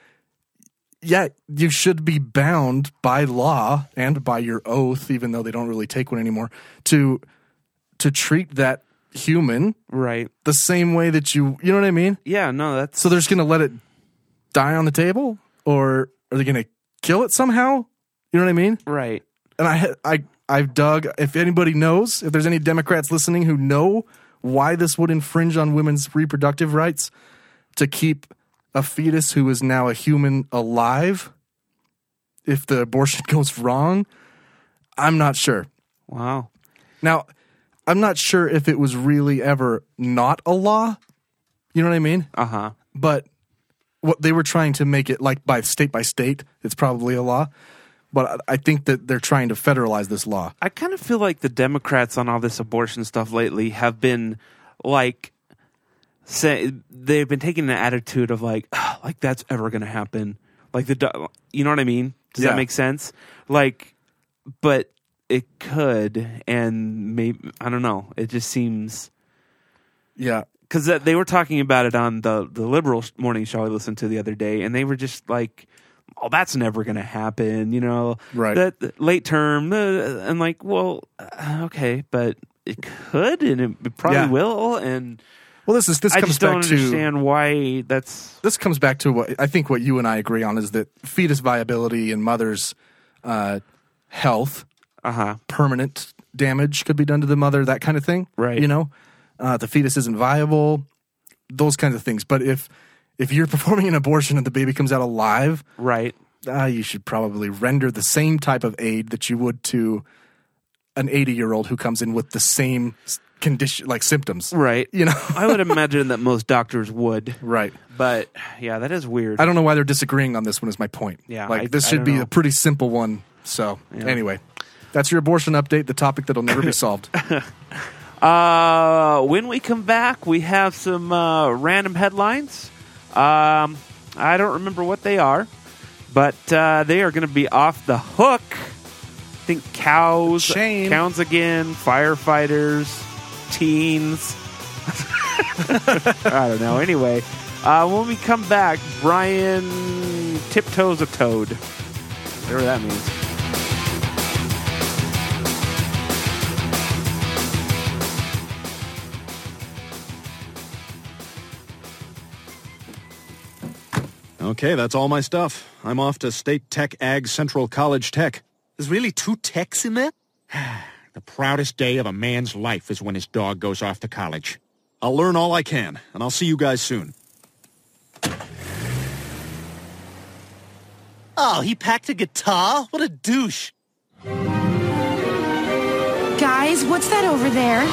[SPEAKER 8] Yeah, you should be bound by law and by your oath, even though they don't really take one anymore, to to treat that human
[SPEAKER 9] right
[SPEAKER 8] the same way that you you know what I mean?
[SPEAKER 9] Yeah, no, that's
[SPEAKER 8] so they're just gonna let it die on the table, or are they gonna kill it somehow? You know what I mean?
[SPEAKER 9] Right.
[SPEAKER 8] And I I I've dug. If anybody knows, if there's any Democrats listening who know why this would infringe on women's reproductive rights to keep a fetus who is now a human alive, if the abortion (laughs) goes wrong, I'm not sure.
[SPEAKER 9] Wow.
[SPEAKER 8] Now, I'm not sure if it was really ever not a law. You know what I mean?
[SPEAKER 9] Uh huh.
[SPEAKER 8] But what they were trying to make it like by state by state, it's probably a law. But I I think that they're trying to federalize this law.
[SPEAKER 9] I kind of feel like the Democrats on all this abortion stuff lately have been like say they've been taking an attitude of like "Ugh, like that's ever going to happen. Like the do- you know what I mean? Does
[SPEAKER 8] Yeah.
[SPEAKER 9] that make sense? Like but it could and maybe I don't know. It just seems
[SPEAKER 8] Yeah.
[SPEAKER 9] because they were talking about it on the the liberal sh- morning show I listened to the other day, and they were just like, "Oh, that's never going to happen," you know,
[SPEAKER 8] Right.
[SPEAKER 9] That that late term, uh, and like, well, uh, okay, but it could, and it, it probably
[SPEAKER 8] Yeah.
[SPEAKER 9] will, and
[SPEAKER 8] Well, this is this
[SPEAKER 9] I
[SPEAKER 8] comes
[SPEAKER 9] just don't
[SPEAKER 8] back to
[SPEAKER 9] understand why that's
[SPEAKER 8] this comes back to what I think what you and I agree on is that fetus viability and mother's uh, health,
[SPEAKER 9] uh-huh.
[SPEAKER 8] permanent damage could be done to the mother, that kind of thing.
[SPEAKER 9] Right.
[SPEAKER 8] You know, uh, the fetus isn't viable, those kinds of things. But if if you're (laughs) performing an abortion and the baby comes out alive,
[SPEAKER 9] right,
[SPEAKER 8] uh, you should probably render the same type of aid that you would to an 80 year old who comes in with the same s- condition, like symptoms.
[SPEAKER 9] right.
[SPEAKER 8] (laughs) You know,
[SPEAKER 9] I would imagine that most doctors would,
[SPEAKER 8] right.
[SPEAKER 9] but yeah, that is weird.
[SPEAKER 8] I don't know why they're disagreeing on this one. Is my point.
[SPEAKER 9] Yeah,
[SPEAKER 8] like
[SPEAKER 9] I-
[SPEAKER 8] this
[SPEAKER 9] I
[SPEAKER 8] should
[SPEAKER 9] don't
[SPEAKER 8] be
[SPEAKER 9] know.
[SPEAKER 8] a pretty simple one. So anyway, that's your abortion update. The topic that'll
[SPEAKER 9] (laughs)
[SPEAKER 8] never be solved.
[SPEAKER 9] Uh, when we come back, we have some uh, random headlines. Um, I don't remember what they are, but uh, they are going to be off the hook. I think cows,
[SPEAKER 8] Shame.
[SPEAKER 9] cows again, firefighters, teens. (laughs) I don't know. Anyway, uh, when we come back, Brian tiptoes a toad. Whatever that means.
[SPEAKER 6] Okay, that's all my stuff. I'm off to State Tech Ag Central College Tech. There's really two techs in there? (sighs) the proudest day of a man's life is when his dog goes off to college. I'll learn all I can, and I'll see you guys soon.
[SPEAKER 14] Oh, he packed a guitar? What a douche.
[SPEAKER 15] Guys, what's that over there?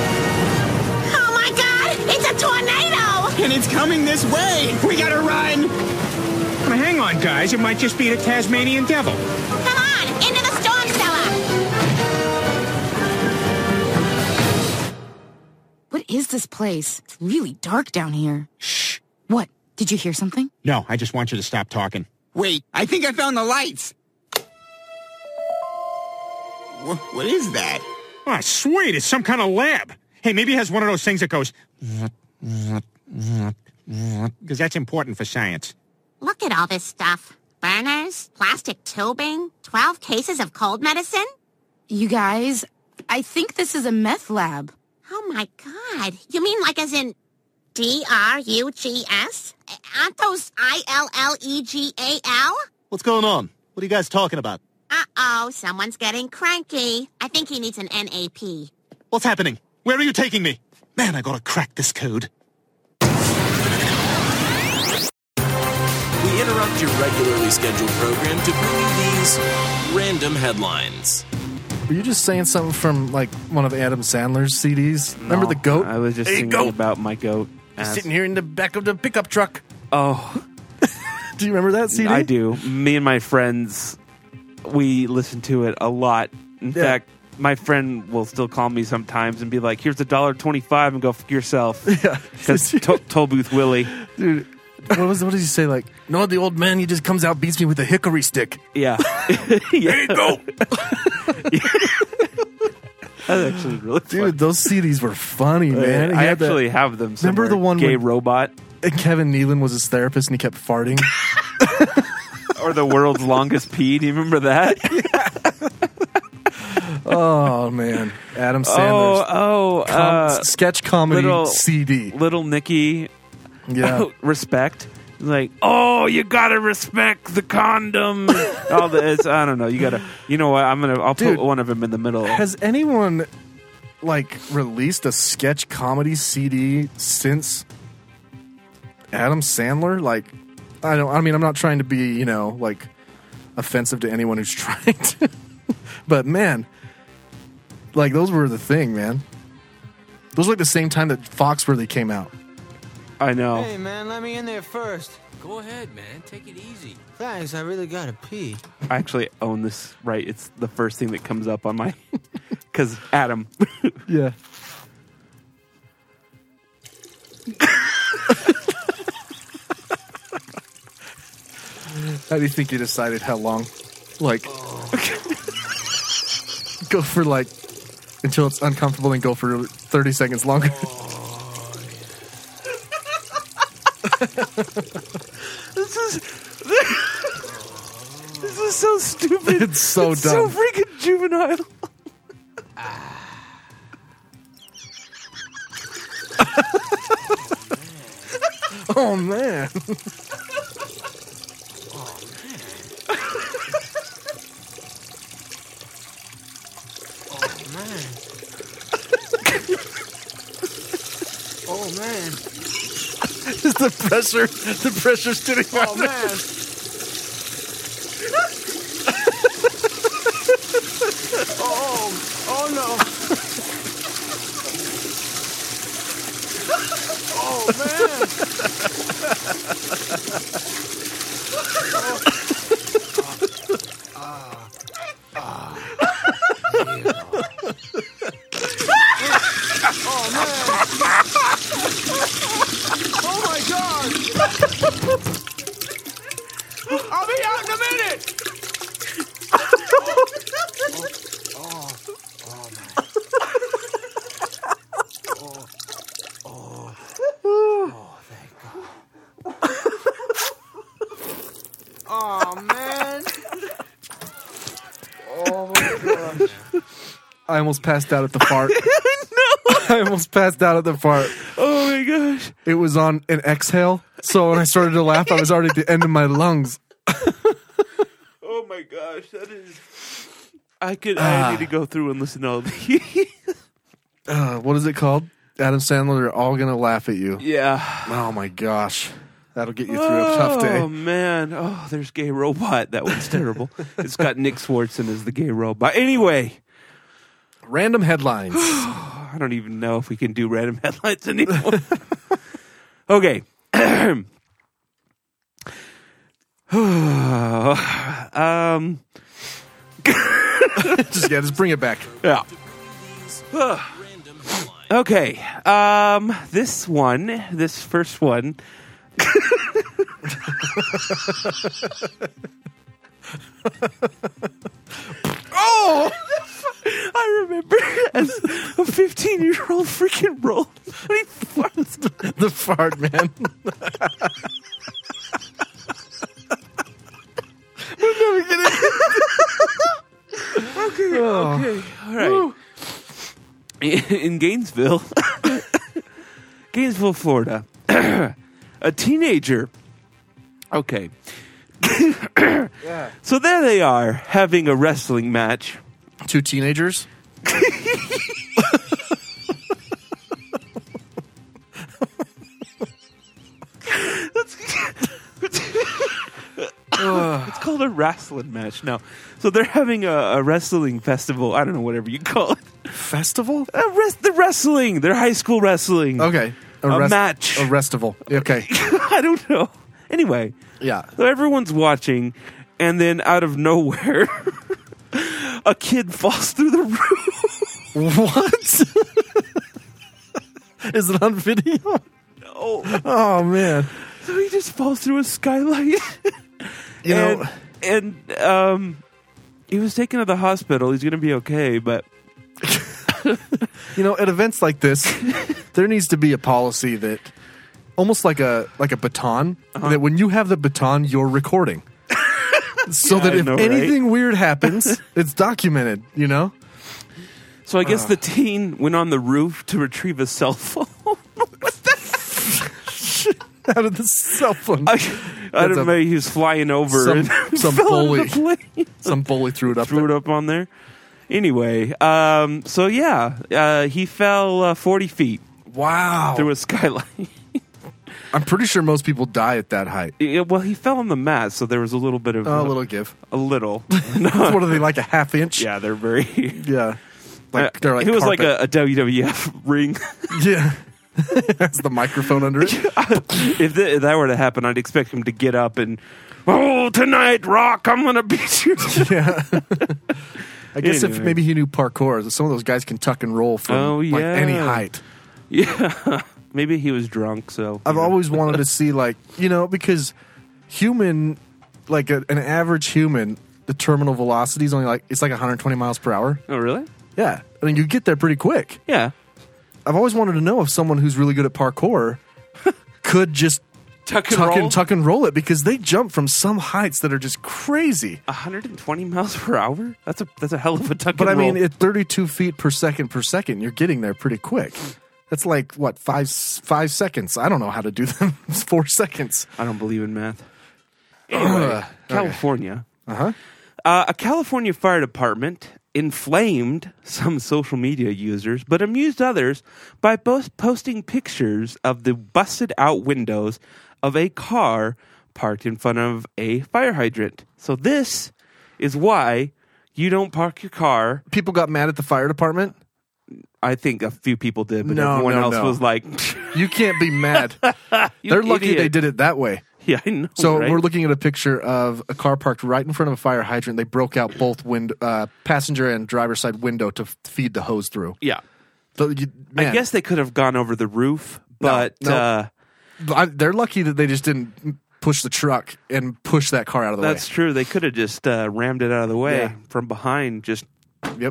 [SPEAKER 16] Oh my god! It's a tornado! And it's coming this way! We gotta run!
[SPEAKER 17] Hang on, guys. It might just be the Tasmanian devil.
[SPEAKER 16] Come on! Into the storm cellar!
[SPEAKER 15] What is this place? It's really dark down here. Shh. What? Did you hear something?
[SPEAKER 6] No, I just want you to stop talking.
[SPEAKER 16] Wait, I think I found the lights! Wha what is that?
[SPEAKER 6] Ah, sweet, it's some kind of lab. Hey, maybe it has one of those things that goes. (laughs) Because that's important for science.
[SPEAKER 16] Look at all this stuff. Burners, plastic tubing, 12 cases of cold medicine.
[SPEAKER 15] You guys, I think this is a meth lab.
[SPEAKER 16] Oh my god. You mean like as in D R U G S? Aren't those I L L E G A L?
[SPEAKER 14] What's going on? What are you guys talking about?
[SPEAKER 16] Uh oh, someone's getting cranky. I think he needs an NAP.
[SPEAKER 14] What's happening? Where are you taking me? Man, I gotta crack this code.
[SPEAKER 4] We interrupt your regularly scheduled program to bring you these random headlines.
[SPEAKER 8] Were you just saying something from like one of Adam Sandler's CDs? Remember
[SPEAKER 9] No,
[SPEAKER 8] the goat?
[SPEAKER 9] I was just
[SPEAKER 8] Hey,
[SPEAKER 9] thinking
[SPEAKER 8] goat.
[SPEAKER 9] about my goat.
[SPEAKER 8] He's
[SPEAKER 9] ass.
[SPEAKER 8] sitting here in the back of the pickup truck.
[SPEAKER 9] Oh,
[SPEAKER 8] do you remember that CD?
[SPEAKER 9] I do. Me and my friends, we listen to it a lot. In
[SPEAKER 8] Yeah.
[SPEAKER 9] fact, my friend will still call me sometimes and be like, "Here's a dollar twenty-five, and go f
[SPEAKER 8] (laughs)
[SPEAKER 9] yourself." Yeah, because to- Toll Booth Willie.
[SPEAKER 8] dude. What was what did you say? Like, no, the old man he just comes out beats me with a (laughs) hickory stick.
[SPEAKER 9] (laughs) Yeah. (laughs) yeah.
[SPEAKER 8] Go.
[SPEAKER 9] That's actually really
[SPEAKER 8] Dude, those CDs were funny, man. He
[SPEAKER 9] Uh, I
[SPEAKER 8] had that-
[SPEAKER 9] actually have them. Somewhere.
[SPEAKER 8] Remember the one
[SPEAKER 9] gay
[SPEAKER 8] where-
[SPEAKER 9] robot
[SPEAKER 8] Kevin Nealon was his therapist and he kept
[SPEAKER 9] (laughs)
[SPEAKER 8] farting.
[SPEAKER 9] or the world's longest pee? Do you remember
[SPEAKER 8] (laughs)
[SPEAKER 9] that?
[SPEAKER 8] oh man, Adam
[SPEAKER 9] Oh,
[SPEAKER 8] Sandler's
[SPEAKER 9] oh,
[SPEAKER 8] com-
[SPEAKER 9] uh,
[SPEAKER 8] sketch comedy
[SPEAKER 9] little-
[SPEAKER 8] CD.
[SPEAKER 9] Little Nicky. (laughs) Oh,
[SPEAKER 8] Yeah.
[SPEAKER 9] respect. Like, oh, you gotta respect
[SPEAKER 8] (laughs)
[SPEAKER 9] the condom. All the, it's, I don't know. You gotta. You know what? I'm gonna. I'll
[SPEAKER 8] Dude.
[SPEAKER 9] put one of them in the
[SPEAKER 8] (laughs)
[SPEAKER 9] middle.
[SPEAKER 8] Has anyone like released a sketch comedy CD since Adam Sandler? Like, I don't. I mean, I'm not trying to be you know like offensive to anyone who's (laughs) trying to, but man, like those were the thing, man. Those were like the same time that Foxworthy came out.
[SPEAKER 9] I know.
[SPEAKER 18] Hey, man, let me in there first. Go ahead, man. Take it easy. Thanks, I really gotta pee.
[SPEAKER 9] I actually own this. Right. It's the first thing that comes up on my. (laughs) Because
[SPEAKER 8] (laughs)
[SPEAKER 9] Adam.
[SPEAKER 8] Yeah. How do you think you decided how long? Like, (laughs) go for like until it's uncomfortable and go for 30 seconds longer. (laughs) (laughs)
[SPEAKER 9] This is. This is so stupid.
[SPEAKER 8] It's so It's so dumb.
[SPEAKER 9] freaking juvenile.
[SPEAKER 8] oh man.
[SPEAKER 18] Oh, man.
[SPEAKER 8] Just the pressure, the pressure's getting
[SPEAKER 18] Oh,
[SPEAKER 8] harder.
[SPEAKER 18] man. oh, oh, no. Oh, man. Oh my god! I'll be out in a minute! oh, oh, oh, man. Oh, oh, oh, thank god. Oh man! Oh my god.
[SPEAKER 8] I almost passed out at (laughs) the fart. I almost passed out at the fart.
[SPEAKER 9] Oh my gosh.
[SPEAKER 8] It was on an exhale. So when I started to laugh, I was already at the end of my lungs.
[SPEAKER 9] Oh my gosh, that is. I could.
[SPEAKER 8] Ah.
[SPEAKER 9] I need to go through and listen to all (laughs) these.
[SPEAKER 8] Uh, what is it called? Adam Sandler, they're all going to laugh at you.
[SPEAKER 9] yeah.
[SPEAKER 8] Oh my gosh. That'll get you through a tough
[SPEAKER 9] Oh
[SPEAKER 8] day.
[SPEAKER 9] man. Oh, there's gay robot. That one's terrible. it's got Nick Swartzen as the gay robot. Anyway,
[SPEAKER 8] random headlines. (laughs)
[SPEAKER 9] I don't even know if we can do random headlines anymore. (laughs) okay. (clears throat) (sighs) um.
[SPEAKER 8] just yeah, just bring it (laughs) back.
[SPEAKER 9] Yeah. (sighs) Okay. Um this one, this first one. oh! I remember as a 15 year old freaking rolled. when he farted.
[SPEAKER 8] The fart, man.
[SPEAKER 9] We're never gonna. okay,
[SPEAKER 3] Oh.
[SPEAKER 9] okay, all right. In Gainesville, (coughs) Gainesville, Florida, (coughs) a teenager. Okay. (coughs) So there they are having a wrestling match.
[SPEAKER 8] Two teenagers. (sighs)
[SPEAKER 9] it's called a wrestling match now. So they're having a, a wrestling festival. I don't know, whatever you call it. (laughs)
[SPEAKER 8] Festival?
[SPEAKER 9] A res- the wrestling. They're high school wrestling.
[SPEAKER 8] Okay.
[SPEAKER 9] A,
[SPEAKER 8] rest-
[SPEAKER 9] match.
[SPEAKER 8] A restival. Okay.
[SPEAKER 9] (laughs) I don't know. Anyway.
[SPEAKER 8] Yeah.
[SPEAKER 9] So everyone's watching, and then out of nowhere, (laughs) a kid falls through the roof.
[SPEAKER 8] What? Is it on video?
[SPEAKER 9] No.
[SPEAKER 8] Oh man.
[SPEAKER 9] So he just falls through a skylight.
[SPEAKER 8] You know-
[SPEAKER 9] and, and um, he was taken to the hospital. He's going to be okay, but
[SPEAKER 8] you know, at events like
[SPEAKER 9] (laughs)
[SPEAKER 8] this, there needs to be a policy that almost like a like a baton
[SPEAKER 9] Uh-huh.
[SPEAKER 8] that when you have the baton, you're
[SPEAKER 9] (laughs)
[SPEAKER 8] recording. so
[SPEAKER 9] Yeah,
[SPEAKER 8] that
[SPEAKER 9] I
[SPEAKER 8] if
[SPEAKER 9] know, right?
[SPEAKER 8] anything weird
[SPEAKER 9] (laughs)
[SPEAKER 8] happens, it's documented, you know?
[SPEAKER 9] So I guess
[SPEAKER 8] Ugh.
[SPEAKER 9] the teen went on the roof to retrieve a cell phone.
[SPEAKER 8] Out of the cell phone.
[SPEAKER 9] I,
[SPEAKER 8] (laughs)
[SPEAKER 9] I
[SPEAKER 8] That's
[SPEAKER 9] don't
[SPEAKER 8] a-
[SPEAKER 9] know. Maybe he was flying over
[SPEAKER 8] Some-
[SPEAKER 9] and (laughs)
[SPEAKER 8] some
[SPEAKER 9] fell into
[SPEAKER 8] bully.
[SPEAKER 9] the plane.
[SPEAKER 8] (laughs) Some bully threw it up.
[SPEAKER 9] (laughs) Threw it up on there. Anyway, um, so yeah, uh, he fell uh, forty feet.
[SPEAKER 8] Wow!
[SPEAKER 9] Through a skylight. (laughs)
[SPEAKER 8] I'm pretty sure most people die at that height.
[SPEAKER 9] Yeah, well, he fell on the mat, so there was a little bit of
[SPEAKER 8] Oh, a little give. (laughs)
[SPEAKER 9] a little. (laughs)
[SPEAKER 8] what are they like a half inch?
[SPEAKER 9] Yeah, they're very.
[SPEAKER 8] Yeah. Like
[SPEAKER 9] Uh,
[SPEAKER 8] they're like
[SPEAKER 9] it was like
[SPEAKER 8] carpet.
[SPEAKER 9] a, a WWF (laughs) ring.
[SPEAKER 8] Yeah. Has the microphone under it.
[SPEAKER 9] if, th- if that were to happen, I'd expect him to get up and, oh, tonight, Rock, I'm gonna beat you.
[SPEAKER 8] (laughs)
[SPEAKER 9] (laughs)
[SPEAKER 8] yeah. I guess if
[SPEAKER 9] Anyway.
[SPEAKER 8] maybe he knew parkour, that some of those guys can tuck and roll from
[SPEAKER 9] Oh,
[SPEAKER 8] like any
[SPEAKER 9] yeah.
[SPEAKER 8] height.
[SPEAKER 9] Yeah, maybe he was drunk. So
[SPEAKER 8] I've
[SPEAKER 9] you know.
[SPEAKER 8] always wanted to see like you know because human like a, an average human the terminal velocity is only like it's like 120 miles per hour.
[SPEAKER 9] Oh, really?
[SPEAKER 8] Yeah, I mean you get there pretty quick.
[SPEAKER 9] Yeah.
[SPEAKER 8] I've always wanted to know if someone who's really good at
[SPEAKER 9] (laughs)
[SPEAKER 8] parkour could just
[SPEAKER 9] Tuck and roll?
[SPEAKER 8] tuck and roll it because they jump from some heights that are just crazy.
[SPEAKER 9] 120 miles per hour. That's a that's a hell of a tuck.
[SPEAKER 8] But I
[SPEAKER 9] and
[SPEAKER 8] mean,
[SPEAKER 9] roll.
[SPEAKER 8] at 32 feet per second per second, you're getting there pretty quick. That's like what five five seconds? I don't know how to do (laughs) them. It's four seconds.
[SPEAKER 9] I don't believe in math.
[SPEAKER 8] Ugh.
[SPEAKER 9] (clears throat) Anyway,
[SPEAKER 8] Okay.
[SPEAKER 9] California.
[SPEAKER 8] Uh-huh.
[SPEAKER 9] Uh, a California fire department inflamed some social media users, but amused others by both posting pictures of the busted out windows of a car parked in front of a fire hydrant. So this is why you don't park your car.
[SPEAKER 8] People got mad at the fire department.
[SPEAKER 9] I think a few people did, but
[SPEAKER 8] No,
[SPEAKER 9] everyone
[SPEAKER 8] no,
[SPEAKER 9] else
[SPEAKER 8] no. (laughs)
[SPEAKER 9] was like,
[SPEAKER 8] You can't be mad.
[SPEAKER 9] (laughs) You
[SPEAKER 8] They're lucky
[SPEAKER 9] idiot.
[SPEAKER 8] they did it that way.
[SPEAKER 9] (laughs) "Yeah, I know."
[SPEAKER 8] So
[SPEAKER 9] right?
[SPEAKER 8] we're looking at a picture of a car parked right in front of a fire hydrant. They broke out both wind, uh, passenger and driver's side window to f- feed the hose through.
[SPEAKER 9] yeah.
[SPEAKER 8] So you-
[SPEAKER 9] I
[SPEAKER 8] man,
[SPEAKER 9] guess they could have gone over the roof, but
[SPEAKER 8] no.
[SPEAKER 9] Uh,
[SPEAKER 8] I- they're lucky that they just didn't push the truck and push that car out of the
[SPEAKER 9] that's true. They could have just uh, rammed it out of the way
[SPEAKER 8] Yeah.
[SPEAKER 9] from behind. Just
[SPEAKER 8] way.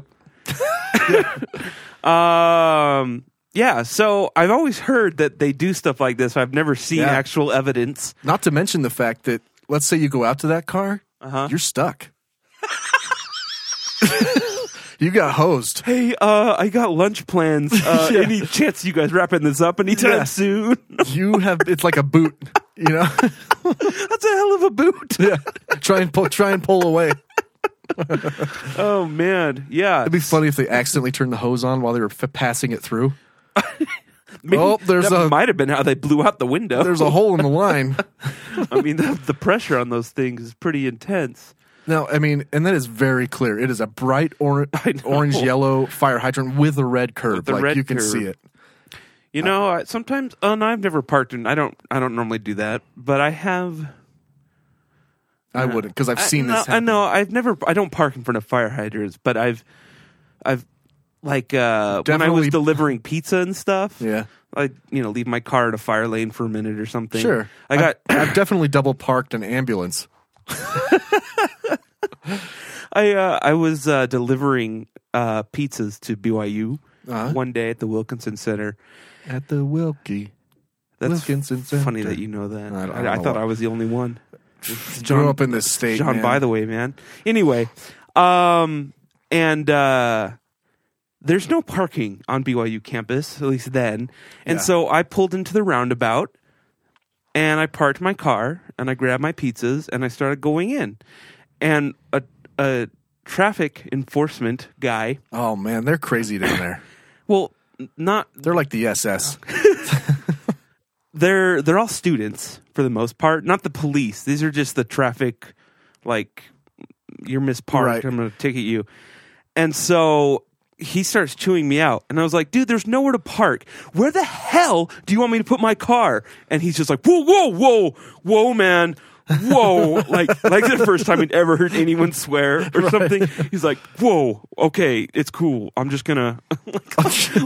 [SPEAKER 8] Yep.
[SPEAKER 9] um, yeah. So I've always heard that they do stuff like this. I've never seen
[SPEAKER 8] Yeah.
[SPEAKER 9] actual evidence.
[SPEAKER 8] Not to mention the fact that let's say you go out to that car,
[SPEAKER 9] Uh-huh.
[SPEAKER 8] you're stuck. (laughs) you got hosed.
[SPEAKER 9] Hey, uh, I got lunch (laughs) plans. Uh,
[SPEAKER 8] Yeah.
[SPEAKER 9] Any chance you guys wrapping this up anytime
[SPEAKER 8] Yeah.
[SPEAKER 9] soon? (laughs)
[SPEAKER 8] You have it's like a boot, you know. (laughs)
[SPEAKER 9] That's a hell of a boot.
[SPEAKER 8] yeah. Try and pull, try and pull away.
[SPEAKER 9] Oh man, yeah.
[SPEAKER 8] It'd be funny if they accidentally turned the hose on while they were f- passing it through.
[SPEAKER 9] Maybe
[SPEAKER 8] oh, there's
[SPEAKER 9] that
[SPEAKER 8] a-
[SPEAKER 9] might have been how they blew out the window.
[SPEAKER 8] There's a hole in the line.
[SPEAKER 9] (laughs) I mean, the, the pressure on those things is pretty intense.
[SPEAKER 8] No, I mean, and that is very clear. It is a bright
[SPEAKER 9] (laughs)
[SPEAKER 8] or-
[SPEAKER 9] know.
[SPEAKER 8] orange yellow fire hydrant with a red curve.
[SPEAKER 9] the
[SPEAKER 8] like
[SPEAKER 9] red
[SPEAKER 8] you can
[SPEAKER 9] curve.
[SPEAKER 8] see it.
[SPEAKER 9] You know, I, sometimes uh, no, I've never parked in. I don't. I don't normally do that, but I have. uh,
[SPEAKER 8] I wouldn't because I've seen
[SPEAKER 9] I,
[SPEAKER 8] this.
[SPEAKER 9] No, I
[SPEAKER 8] Happen.
[SPEAKER 9] know. I've never. I don't park in front of fire hydrants, but I've, I've, like uh, when I was
[SPEAKER 8] Definitely- (laughs)
[SPEAKER 9] delivering pizza and stuff.
[SPEAKER 8] Yeah.
[SPEAKER 9] I you know leave my car at a fire lane for a minute or something.
[SPEAKER 8] Sure.
[SPEAKER 9] I got.
[SPEAKER 8] I've, I've definitely double parked an ambulance.
[SPEAKER 9] (coughs) I uh, I was uh, delivering uh, pizzas to BYU
[SPEAKER 8] Uh-huh.
[SPEAKER 9] one day at the Wilkinson Center.
[SPEAKER 8] At the Wilkie.
[SPEAKER 9] That's
[SPEAKER 8] Wilkinson
[SPEAKER 9] funny
[SPEAKER 8] Center.
[SPEAKER 9] that you know
[SPEAKER 8] I
[SPEAKER 9] that.
[SPEAKER 8] don't- I
[SPEAKER 9] I,
[SPEAKER 8] don't
[SPEAKER 9] I
[SPEAKER 8] know
[SPEAKER 9] thought
[SPEAKER 8] why.
[SPEAKER 9] I was the only one.
[SPEAKER 8] Grew up in this state.
[SPEAKER 9] John,
[SPEAKER 8] man.
[SPEAKER 9] by the way, man. Anyway, um, and uh, there's no parking on BYU campus, at least then. And
[SPEAKER 8] Yeah.
[SPEAKER 9] so I pulled into the roundabout and I parked my car and I grabbed my pizzas and I started going in. And a, a traffic enforcement guy,
[SPEAKER 8] Oh man, they're crazy down
[SPEAKER 9] (laughs)
[SPEAKER 8] there.
[SPEAKER 9] well, n- not
[SPEAKER 8] They're like the SS.
[SPEAKER 9] they're they're all students for the most part. Not the police. These are just the traffic. Like you're misparked.
[SPEAKER 8] Right.
[SPEAKER 9] I'm going to ticket you. And so he starts chewing me out, and I was like, "Dude, there's nowhere to park. Where the hell do you want me to put my car?" And he's just like, "Whoa, whoa, whoa, whoa, man." Whoa! (laughs) Like, like the first time he'd ever heard anyone swear or something. He's like, "Whoa, okay, it's cool. I'm just gonna, (laughs)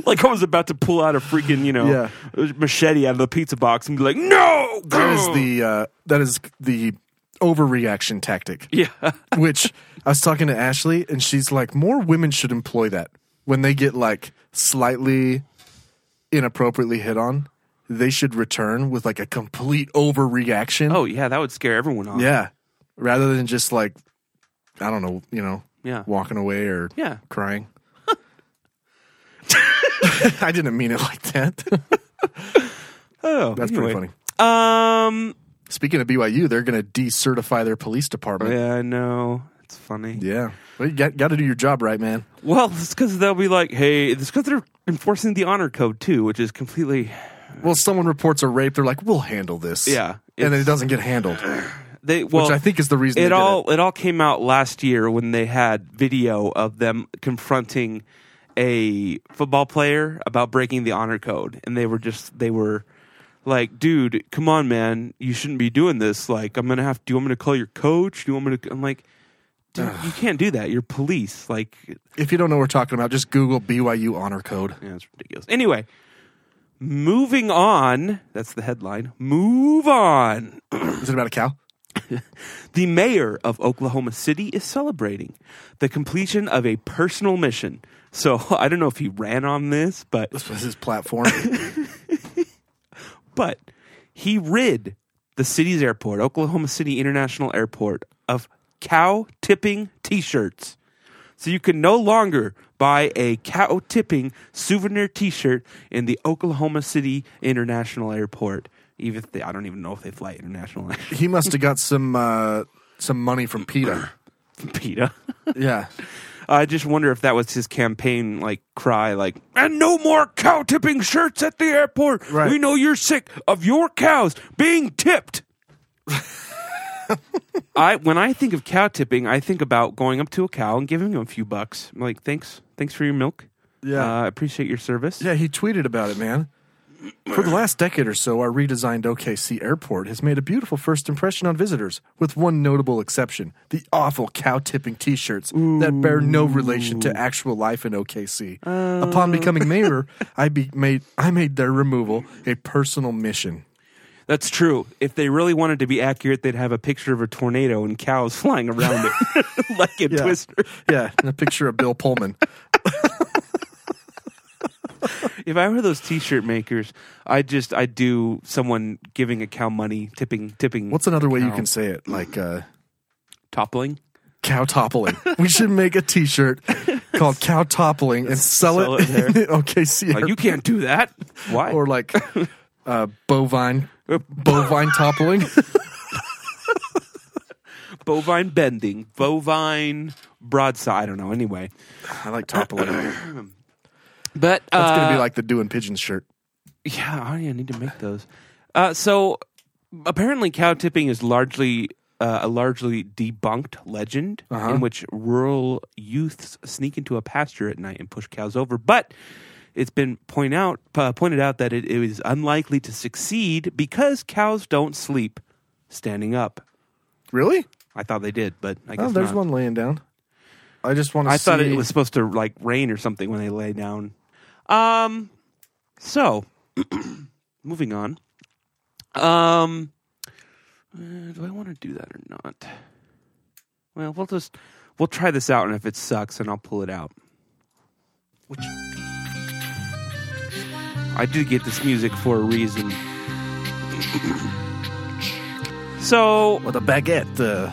[SPEAKER 9] like, I was about to pull out a freaking, you know,
[SPEAKER 8] Yeah.
[SPEAKER 9] machete out of the pizza box and be like, "No!"
[SPEAKER 8] That is the uh, that is the overreaction tactic. (laughs)
[SPEAKER 9] yeah.
[SPEAKER 8] Which I was talking to Ashley, and she's like, more women should employ that. when they get like slightly inappropriately hit on, they should return with like a complete overreaction.
[SPEAKER 9] Oh yeah, that would scare everyone off.
[SPEAKER 8] Yeah. Rather than just like I don't know, you know,
[SPEAKER 9] Yeah.
[SPEAKER 8] walking away or
[SPEAKER 9] Yeah. (laughs)
[SPEAKER 8] crying. (laughs) I didn't mean it like that.
[SPEAKER 9] oh,
[SPEAKER 8] That's
[SPEAKER 9] anyway.
[SPEAKER 8] pretty
[SPEAKER 9] funny. Um
[SPEAKER 8] Speaking of BYU, they're going to decertify their police department.
[SPEAKER 9] Yeah, I know. It's funny.
[SPEAKER 8] Yeah. Well, you got, got to do your job right, man.
[SPEAKER 9] Well, it's because they'll be like, hey, it's because they're enforcing the honor code too, which is completely.
[SPEAKER 8] Well, someone reports a rape, they're like, we'll handle this.
[SPEAKER 9] Yeah.
[SPEAKER 8] And then
[SPEAKER 9] it's-
[SPEAKER 8] it doesn't get handled.
[SPEAKER 9] They, well,
[SPEAKER 8] I think is the reason they
[SPEAKER 9] it
[SPEAKER 8] did
[SPEAKER 9] all it. all came out last year when they had video of them confronting a football player about breaking the honor code, and they were just they were like, "Dude, come on, man, you shouldn't be doing this. Like, I'm gonna have. Do you want me to call your coach? Do you want me to? I'm like, dude, you can't do that. You're police. Like,
[SPEAKER 8] If you don't know what we're talking about, just Google BYU honor code.
[SPEAKER 9] Yeah, it's ridiculous. Anyway, moving on. That's the headline. Move on.
[SPEAKER 8] Is it about a cow? (laughs)
[SPEAKER 9] the mayor of Oklahoma City is celebrating the completion of a personal mission. So (laughs) I don't know if he ran on this, but
[SPEAKER 8] this was his platform.
[SPEAKER 9] but he rid the city's airport, Oklahoma City International Airport, of cow tipping T-shirts. So you can no longer buy a cow tipping souvenir T-shirt in the Oklahoma City International Airport. Even if they, I don't even know if they fly international. (laughs)
[SPEAKER 8] he must have got some uh, some money from
[SPEAKER 9] (laughs)
[SPEAKER 8] PETA.
[SPEAKER 9] PETA.
[SPEAKER 8] Yeah.
[SPEAKER 9] I just wonder if that was his campaign, like cry, like and no more cow tipping shirts at the airport.
[SPEAKER 8] Right.
[SPEAKER 9] We know you're sick of your cows
[SPEAKER 8] (laughs)
[SPEAKER 9] being tipped. I when I think of cow tipping, I think about going up to a cow and giving him a few bucks. I'm like, thanks, thanks for your milk.
[SPEAKER 8] Yeah.
[SPEAKER 9] uh, I appreciate your service.
[SPEAKER 8] Yeah, he tweeted about it, man. For the last decade or so, our redesigned OKC airport has made a beautiful first impression on visitors, with one notable exception the awful cow tipping t shirts that bear no relation to actual life in OKC. Upon becoming mayor, I, be- made, I made their removal a personal mission.
[SPEAKER 9] That's true. If they really wanted to be accurate, they'd have a picture of a tornado and cows (laughs) flying around
[SPEAKER 8] (laughs)
[SPEAKER 9] it like a twister.
[SPEAKER 8] Yeah, and a picture of Bill Pullman.
[SPEAKER 9] If I were those T-shirt makers, I just I do someone giving a cow money, tipping, tipping.
[SPEAKER 8] What's another way you
[SPEAKER 9] cow.
[SPEAKER 8] can say it? Like uh,
[SPEAKER 9] toppling?
[SPEAKER 8] cow toppling. we should make a t shirt called cow toppling and sell,
[SPEAKER 9] sell
[SPEAKER 8] it,
[SPEAKER 9] it there.
[SPEAKER 8] (laughs) okay, see
[SPEAKER 9] Like, you can't
[SPEAKER 8] (laughs)
[SPEAKER 9] do that. Why?
[SPEAKER 8] Or
[SPEAKER 9] (laughs)
[SPEAKER 8] like uh, bovine bovine
[SPEAKER 9] (laughs)
[SPEAKER 8] toppling.
[SPEAKER 9] Bovine bending, bovine broadside. I don't know. Anyway,
[SPEAKER 8] I like toppling. That's
[SPEAKER 9] but uh,
[SPEAKER 8] gonna be like the doing pigeon shirt.
[SPEAKER 9] yeah, I need to make those. Uh, so apparently, cow tipping is largely uh, a largely debunked legend
[SPEAKER 8] Uh-huh.
[SPEAKER 9] in which rural youths sneak into a pasture at night and push cows over, but. It's been point out, uh, pointed out that it is unlikely to succeed because cows don't sleep standing up.
[SPEAKER 8] Really?
[SPEAKER 9] I thought they did, but I guess
[SPEAKER 8] Oh, there's
[SPEAKER 9] not.
[SPEAKER 8] one laying down. I just want to.
[SPEAKER 9] I thought
[SPEAKER 8] see,
[SPEAKER 9] it was supposed to like rain or something when they lay down. Um, so (clears throat) moving on. Um, uh, do I want to do that or not? Well, we'll just we'll try this out, and if it sucks, then I'll pull it out. Which I do get this music for a reason. (clears throat) so
[SPEAKER 8] with a baguette. Uh,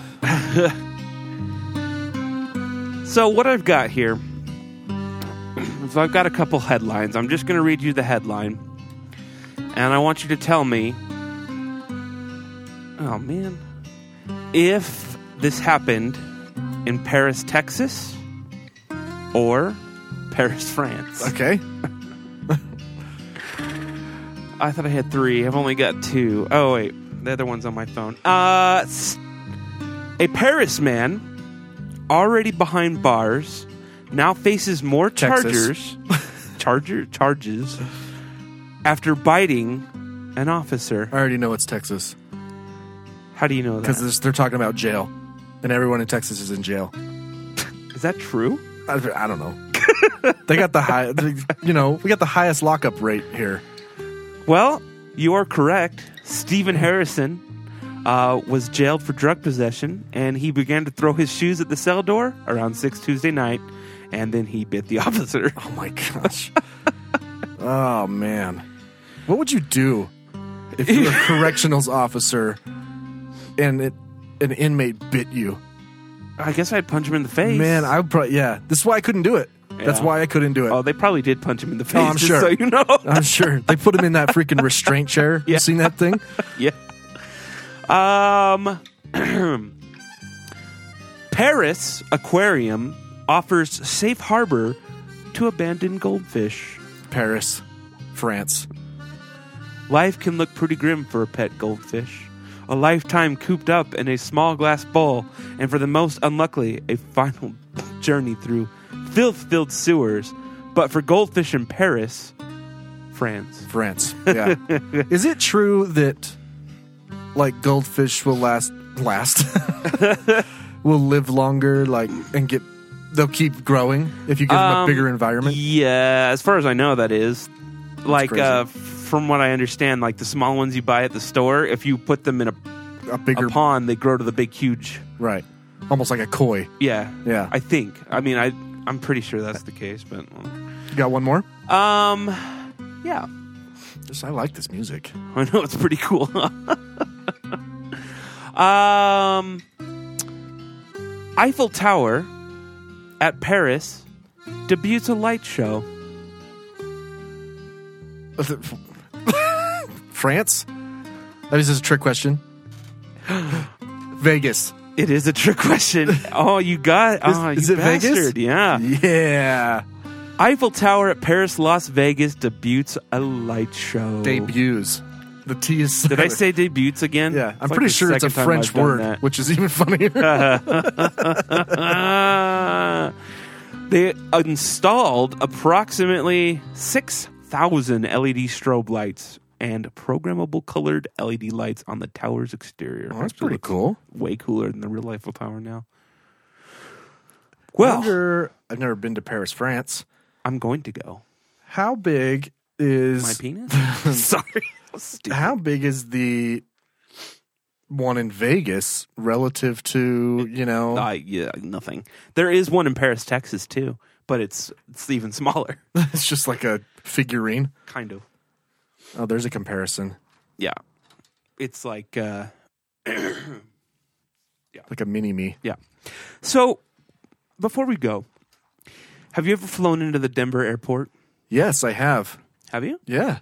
[SPEAKER 9] So what I've got here is I've got a couple headlines. I'm just going to read you the headline, and I want you to tell me. Oh man, if this happened in Paris, Texas, or Paris, France.
[SPEAKER 8] (laughs) okay.
[SPEAKER 9] I thought I had three. I've only got two. Oh wait, the other one's on my phone. Uh, s- a Paris man already behind bars now faces more
[SPEAKER 8] Texas.
[SPEAKER 9] chargers, charger charges after biting an officer.
[SPEAKER 8] I already know it's Texas
[SPEAKER 9] How do you know that?
[SPEAKER 8] because they're talking about jail, and everyone in Texas is in jail.
[SPEAKER 9] Is that true?
[SPEAKER 8] I, I don't know.
[SPEAKER 9] (laughs)
[SPEAKER 8] they got the high. You know, we got the highest lockup rate here.
[SPEAKER 9] Well, you are correct. Stephen Harrison uh, was jailed for drug possession, and he began to throw his shoes at the cell door around 6 Tuesday night and then he bit the (laughs) officer.
[SPEAKER 8] Oh my (laughs) gosh. oh man. What would you do if you were
[SPEAKER 9] (laughs)
[SPEAKER 8] a correctionals officer and it, an inmate bit you?
[SPEAKER 9] I guess I'd punch him in the face.
[SPEAKER 8] Man, I would probably yeah. That's why I couldn't do it. That's
[SPEAKER 9] Yeah.
[SPEAKER 8] why I couldn't do it.
[SPEAKER 9] Oh, they probably did punch him in the face.
[SPEAKER 8] Oh, I'm
[SPEAKER 9] just
[SPEAKER 8] sure.
[SPEAKER 9] So you know.
[SPEAKER 8] (laughs) I'm sure they put him in that freaking restraint chair.
[SPEAKER 9] (laughs)
[SPEAKER 8] You seen that thing?
[SPEAKER 9] yeah. Um, (clears throat) Paris Aquarium offers safe harbor to abandoned goldfish.
[SPEAKER 8] Paris, France.
[SPEAKER 9] Life can look pretty grim for a pet goldfish. A lifetime cooped up in a small glass bowl, and for the most unluckily, a final (laughs) journey through filth filled sewers. But for goldfish in Paris, France.
[SPEAKER 8] France. Yeah. Is it true that like goldfish will last last (laughs) will live longer like and get they'll keep growing if you give them a
[SPEAKER 9] Um,
[SPEAKER 8] bigger environment?
[SPEAKER 9] Yeah, as far as I know, that is. Like,
[SPEAKER 8] crazy.
[SPEAKER 9] uh, from what I understand, like the small ones you buy at the store, if you put them in a,
[SPEAKER 8] a bigger
[SPEAKER 9] pond, they grow to the big, huge.
[SPEAKER 8] Right. Almost like a koi.
[SPEAKER 9] Yeah,
[SPEAKER 8] Yeah.
[SPEAKER 9] I think. I mean, I I'm pretty sure that's the case, but
[SPEAKER 8] You got one more?
[SPEAKER 9] um, yeah,
[SPEAKER 8] Just, I like this music.
[SPEAKER 9] (laughs)
[SPEAKER 8] (laughs)
[SPEAKER 9] I know it's pretty cool. (laughs) um, Eiffel Tower at Paris debuts a light show.
[SPEAKER 8] France? That is just a trick
[SPEAKER 9] (gasps)
[SPEAKER 8] question. Vegas.
[SPEAKER 9] It is a trick
[SPEAKER 8] (laughs)
[SPEAKER 9] question. Oh, you got.
[SPEAKER 8] Is-
[SPEAKER 9] oh,
[SPEAKER 8] is
[SPEAKER 9] you
[SPEAKER 8] it Vegas?
[SPEAKER 9] bastard. Yeah.
[SPEAKER 8] Yeah.
[SPEAKER 9] Eiffel Tower at Paris, Las Vegas debuts a light show.
[SPEAKER 8] Debuts. The T is. (laughs)
[SPEAKER 9] Did I say debuts again? Yeah,
[SPEAKER 8] I'm pretty sure it's a French word,
[SPEAKER 9] (laughs)
[SPEAKER 8] which is even funnier.
[SPEAKER 9] Ah. they installed approximately 6,000 LED E strobe lights and programmable colored LED lights on the tower's exterior.
[SPEAKER 8] Oh, that's
[SPEAKER 9] Actually
[SPEAKER 8] pretty
[SPEAKER 9] looks
[SPEAKER 8] cool.
[SPEAKER 9] Way cooler than the real Eiffel Tower now.
[SPEAKER 8] (laughs) Well, I've never been to Paris, France.
[SPEAKER 9] I'm going to go.
[SPEAKER 8] How big is
[SPEAKER 9] My
[SPEAKER 8] (laughs)
[SPEAKER 9] penis? (laughs) Sorry.
[SPEAKER 8] How big is the one in Vegas relative to you know?
[SPEAKER 9] Uh, yeah, nothing. There is one in Paris, Texas too, but it's it's even (laughs) smaller.
[SPEAKER 8] (laughs) it's just like a figurine.
[SPEAKER 9] Kind of.
[SPEAKER 8] Oh, there's a comparison,
[SPEAKER 9] Yeah, it's like uh,
[SPEAKER 8] like a mini me.
[SPEAKER 9] yeah. So before we go, have you ever flown into the Denver airport?
[SPEAKER 8] Yes, I have.
[SPEAKER 9] Have you?
[SPEAKER 8] Yeah.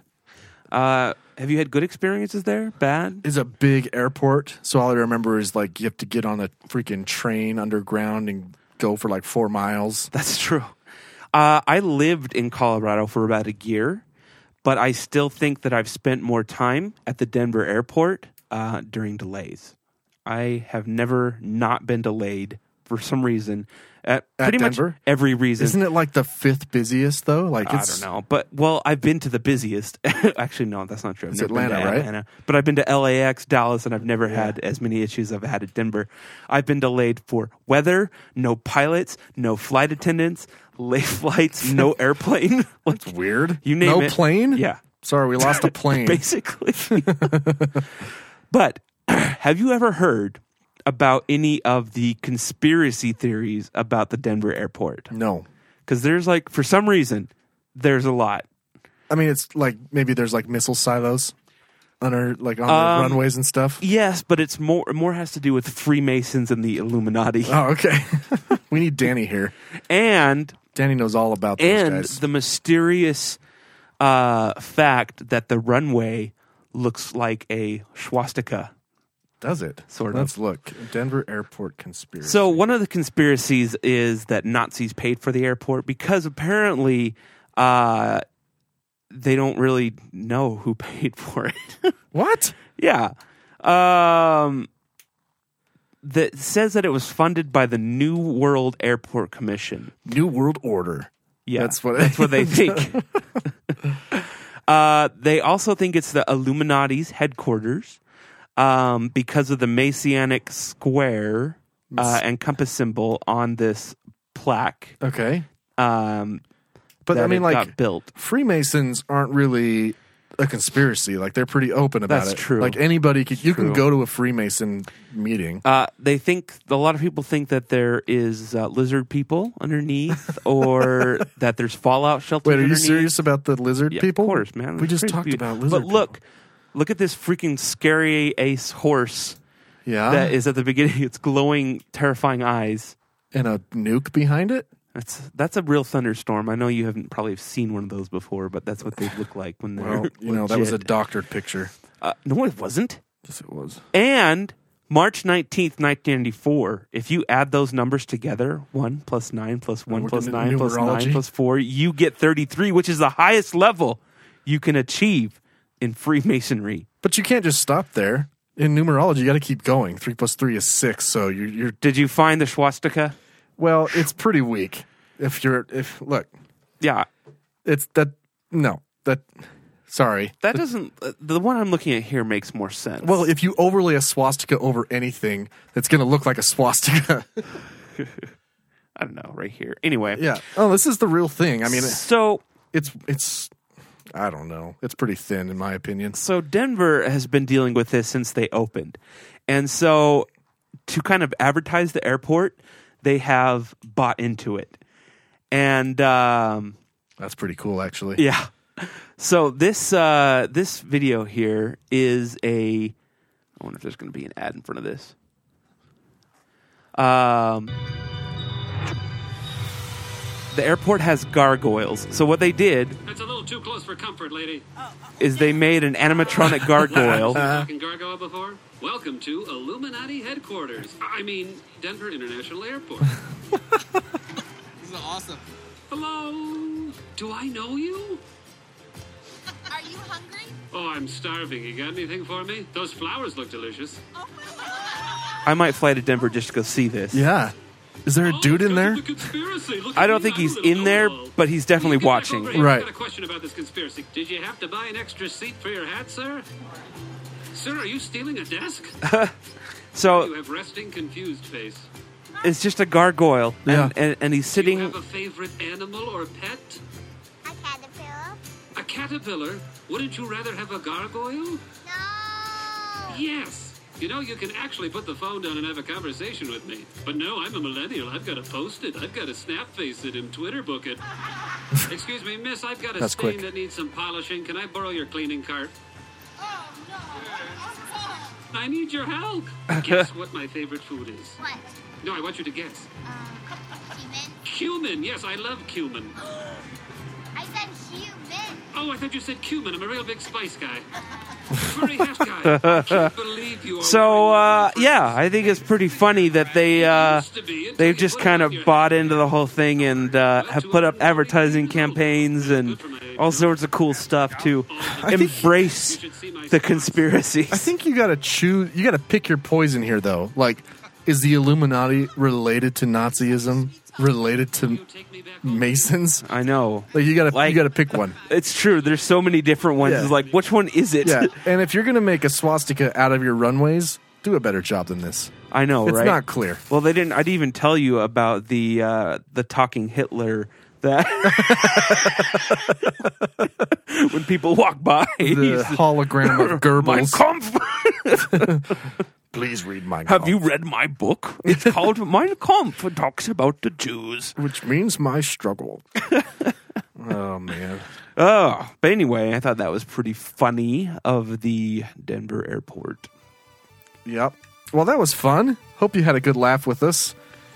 [SPEAKER 9] Uh, have you had good experiences there? Bad?
[SPEAKER 8] It's a big airport, so all I remember is like you have to get on a freaking train underground and go for like four miles.
[SPEAKER 9] (laughs) That's true. Uh, I lived in Colorado for about a year, but I still think that I've spent more time at the Denver airport uh, during delays. I have never not been delayed for some reason. At,
[SPEAKER 8] At
[SPEAKER 9] pretty much
[SPEAKER 8] Denver?
[SPEAKER 9] every reason.
[SPEAKER 8] Isn't it like the fifth busiest though? Like
[SPEAKER 9] I
[SPEAKER 8] it's
[SPEAKER 9] don't know, but well, I've been to the busiest. (laughs) Actually, no, that's not true. I've
[SPEAKER 8] It's
[SPEAKER 9] never been
[SPEAKER 8] Atlanta,
[SPEAKER 9] to
[SPEAKER 8] right?
[SPEAKER 9] Atlanta, but I've been to LAX, Dallas, and I've never had as many issues as I've had at Denver. I've been delayed for weather, no pilots, no flight attendants, late (laughs) flights,
[SPEAKER 8] (laughs)
[SPEAKER 9] no airplane. (laughs) Like,
[SPEAKER 8] It's weird.
[SPEAKER 9] you name
[SPEAKER 8] no
[SPEAKER 9] it.
[SPEAKER 8] plane?
[SPEAKER 9] Yeah.
[SPEAKER 8] Sorry, we lost
[SPEAKER 9] (laughs)
[SPEAKER 8] a plane. (laughs)
[SPEAKER 9] Basically. but (clears throat) have you ever heard about any of the conspiracy theories about the Denver airport?
[SPEAKER 8] No.
[SPEAKER 9] Because there's like, for some reason, there's a lot.
[SPEAKER 8] I mean, it's like maybe there's like missile silos under like on the
[SPEAKER 9] Um,
[SPEAKER 8] runways and
[SPEAKER 9] (laughs)
[SPEAKER 8] stuff.
[SPEAKER 9] Yes, but it's more more has to do with Freemasons and the Illuminati.
[SPEAKER 8] Oh, okay. (laughs) we need Danny here.
[SPEAKER 9] And
[SPEAKER 8] Danny knows all about those
[SPEAKER 9] and
[SPEAKER 8] guys.
[SPEAKER 9] the mysterious uh, fact that the runway looks like a swastika.
[SPEAKER 8] Does it?
[SPEAKER 9] Sort of.
[SPEAKER 8] Let's look. Denver Airport conspiracy.
[SPEAKER 9] So one of the conspiracies is that Nazis paid for the airport because apparently uh, they don't really know who (laughs) paid for it.
[SPEAKER 8] what?
[SPEAKER 9] yeah. Um, that says that it was funded by the New World Airport Commission.
[SPEAKER 8] New World Order.
[SPEAKER 9] Yeah,
[SPEAKER 8] That's what- (laughs)
[SPEAKER 9] that's what they think. (laughs) uh, they also think it's the Illuminati's headquarters um, because of the Masonic square uh, and compass symbol on this plaque.
[SPEAKER 8] Okay.
[SPEAKER 9] Um,
[SPEAKER 8] But I
[SPEAKER 9] that
[SPEAKER 8] mean,
[SPEAKER 9] it
[SPEAKER 8] like
[SPEAKER 9] got built.
[SPEAKER 8] Freemasons aren't really a conspiracy. Like they're pretty open about
[SPEAKER 9] That's
[SPEAKER 8] it.
[SPEAKER 9] true.
[SPEAKER 8] Like anybody could, you
[SPEAKER 9] True.
[SPEAKER 8] can go to a Freemason meeting.
[SPEAKER 9] Uh, they think a lot of people think that there is uh, lizard people
[SPEAKER 8] (laughs)
[SPEAKER 9] underneath, or that there's fallout shelters.
[SPEAKER 8] Wait, are you
[SPEAKER 9] underneath.
[SPEAKER 8] serious about the lizard
[SPEAKER 9] Yeah,
[SPEAKER 8] people?
[SPEAKER 9] Of course, man.
[SPEAKER 8] We just
[SPEAKER 9] Crazy
[SPEAKER 8] talked
[SPEAKER 9] people.
[SPEAKER 8] about lizard.
[SPEAKER 9] But look, look at this freaking scary ace horse.
[SPEAKER 8] Yeah.
[SPEAKER 9] that is at the beginning. (laughs) It's glowing, terrifying eyes,
[SPEAKER 8] and a nuke behind
[SPEAKER 9] (laughs)
[SPEAKER 8] it.
[SPEAKER 9] That's that's a real thunderstorm. I know you haven't probably seen one of those before, but that's what they look like when they're.
[SPEAKER 8] Well, you know that was a
[SPEAKER 9] legit.
[SPEAKER 8] doctored picture.
[SPEAKER 9] Uh, no, it wasn't.
[SPEAKER 8] Yes, it was.
[SPEAKER 9] And March 19th, 1994, if you add those numbers together, 1 plus 9 plus 1
[SPEAKER 8] we're
[SPEAKER 9] plus
[SPEAKER 8] getting
[SPEAKER 9] 9
[SPEAKER 8] into
[SPEAKER 9] plus 9
[SPEAKER 8] numerology.
[SPEAKER 9] plus 4, you get 33, which is the highest level you can achieve in Freemasonry.
[SPEAKER 8] But you can't just stop there. In numerology, you got to keep going. Three plus three is six. So you're, you're.
[SPEAKER 9] Did you find the swastika?
[SPEAKER 8] Well, it's pretty weak. If you're, if look,
[SPEAKER 9] yeah,
[SPEAKER 8] it's that. No, that. Sorry,
[SPEAKER 9] That doesn't, uh, the one I'm looking at here makes more sense.
[SPEAKER 8] Well, if you overlay a swastika over anything, that's going to look like a swastika. (laughs)
[SPEAKER 9] I don't know, right here. Anyway.
[SPEAKER 8] Yeah. Oh, this is the real thing. I mean,
[SPEAKER 9] so
[SPEAKER 8] it's it's I don't know. It's pretty thin in my opinion.
[SPEAKER 9] So Denver has been dealing with this since they opened. And so to kind of advertise the airport, they have bought into it. And um,
[SPEAKER 8] that's pretty cool actually.
[SPEAKER 9] Yeah. So this uh, this video here is a I wonder if there's going to be an ad in front of this. Um the airport has gargoyles. So what they did
[SPEAKER 19] That's a little too close for comfort, lady.
[SPEAKER 9] is they made an animatronic gargoyle.
[SPEAKER 19] Fucking gargoyle before? Welcome to Illuminati headquarters. I mean, Denver International
[SPEAKER 9] (laughs)
[SPEAKER 19] Airport.
[SPEAKER 18] This is awesome.
[SPEAKER 19] Hello. Do I know you?
[SPEAKER 16] (laughs) Are you hungry?
[SPEAKER 19] Oh, I'm starving. You got anything for me? Those flowers look delicious.
[SPEAKER 9] I might fly to Denver just to go see this.
[SPEAKER 8] Yeah. Is there a
[SPEAKER 19] Oh,
[SPEAKER 8] dude in there?
[SPEAKER 9] I don't think he's in there, but he's definitely watching.
[SPEAKER 19] I got a question about this conspiracy. Did you have to buy an extra seat for your hat, sir? Sir, are you stealing a desk?
[SPEAKER 9] Uh,
[SPEAKER 19] you
[SPEAKER 9] so
[SPEAKER 19] have resting, confused face.
[SPEAKER 9] it's just a gargoyle, and, and, and he's
[SPEAKER 19] Do you
[SPEAKER 9] sitting.
[SPEAKER 19] have a favorite animal or pet? A caterpillar. A caterpillar? Wouldn't you rather have a gargoyle? No. Yes. You know, you can actually put the phone down and have a conversation with me. But no, I'm a millennial. I've got to post it. I've got to snap face it and Twitter book it. Excuse me, miss. I've got a
[SPEAKER 8] That's
[SPEAKER 19] stain
[SPEAKER 8] quick.
[SPEAKER 19] that needs some polishing. Can I borrow your cleaning cart? Oh, I need your
[SPEAKER 8] (laughs)
[SPEAKER 19] help. Guess what my favorite food is? What? No, I want you to guess.
[SPEAKER 16] Um,
[SPEAKER 19] Cumin. Yes, I love cumin.
[SPEAKER 16] (gasps) I said human.
[SPEAKER 19] Oh, I thought you said cumin. I'm a real big
[SPEAKER 16] (laughs)
[SPEAKER 19] spice guy. Furry hat
[SPEAKER 9] (laughs)
[SPEAKER 19] guy. I can't believe you are.
[SPEAKER 9] So uh, yeah, I think it's pretty funny that they uh, they've just kind of bought into the whole thing and uh, have put up advertising campaigns and all sorts of cool stuff to embrace the conspiracy.
[SPEAKER 8] I (laughs) think you got to choose you got to pick your poison here though. Like is the Illuminati related to Nazism? Related to Masons?
[SPEAKER 9] I know.
[SPEAKER 8] Like you got to you got to pick one.
[SPEAKER 9] It's true. There's so many different ones.
[SPEAKER 8] Yeah.
[SPEAKER 9] It's like which one is
[SPEAKER 8] (laughs)
[SPEAKER 9] it?
[SPEAKER 8] Yeah. And if you're going to make a swastika out of your runways, do a better job than this.
[SPEAKER 9] (laughs) I know,
[SPEAKER 8] It's
[SPEAKER 9] right?
[SPEAKER 8] not clear.
[SPEAKER 9] Well, they didn't. I didn't even tell you about the uh, the talking Hitler that (laughs) when people walk by
[SPEAKER 8] The (laughs) hologram of Goebbels.
[SPEAKER 9] My Kampf.
[SPEAKER 8] Please read my
[SPEAKER 9] Have you read my book? It's called Mein Kampf. It talks about the Jews,
[SPEAKER 8] which means my struggle. (laughs) oh man.
[SPEAKER 9] Oh, but anyway, I thought that was pretty funny of the Denver airport.
[SPEAKER 8] Yep. Well, that was fun. Hope you had a good laugh with us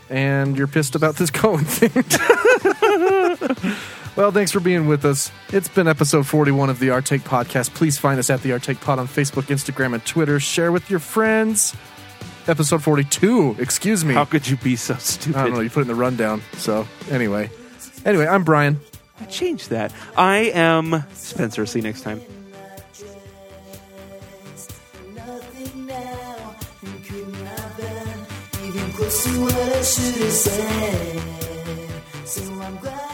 [SPEAKER 8] and you're pissed about this (laughs) Cohen thing. well, thanks for being with us. It's been episode 41 of the Our Take podcast. Please find us at the Our Take Pod on Facebook, Instagram, and Twitter. Share with your friends. Episode 42, excuse me.
[SPEAKER 9] How could you be so stupid?
[SPEAKER 8] I don't know. You put it in the rundown. So, anyway. Anyway, I'm Brian.
[SPEAKER 9] I changed that. I am Spencer. See you next time.
[SPEAKER 20] Nothing now, and could not bend even close to what I should have said. So I'm glad.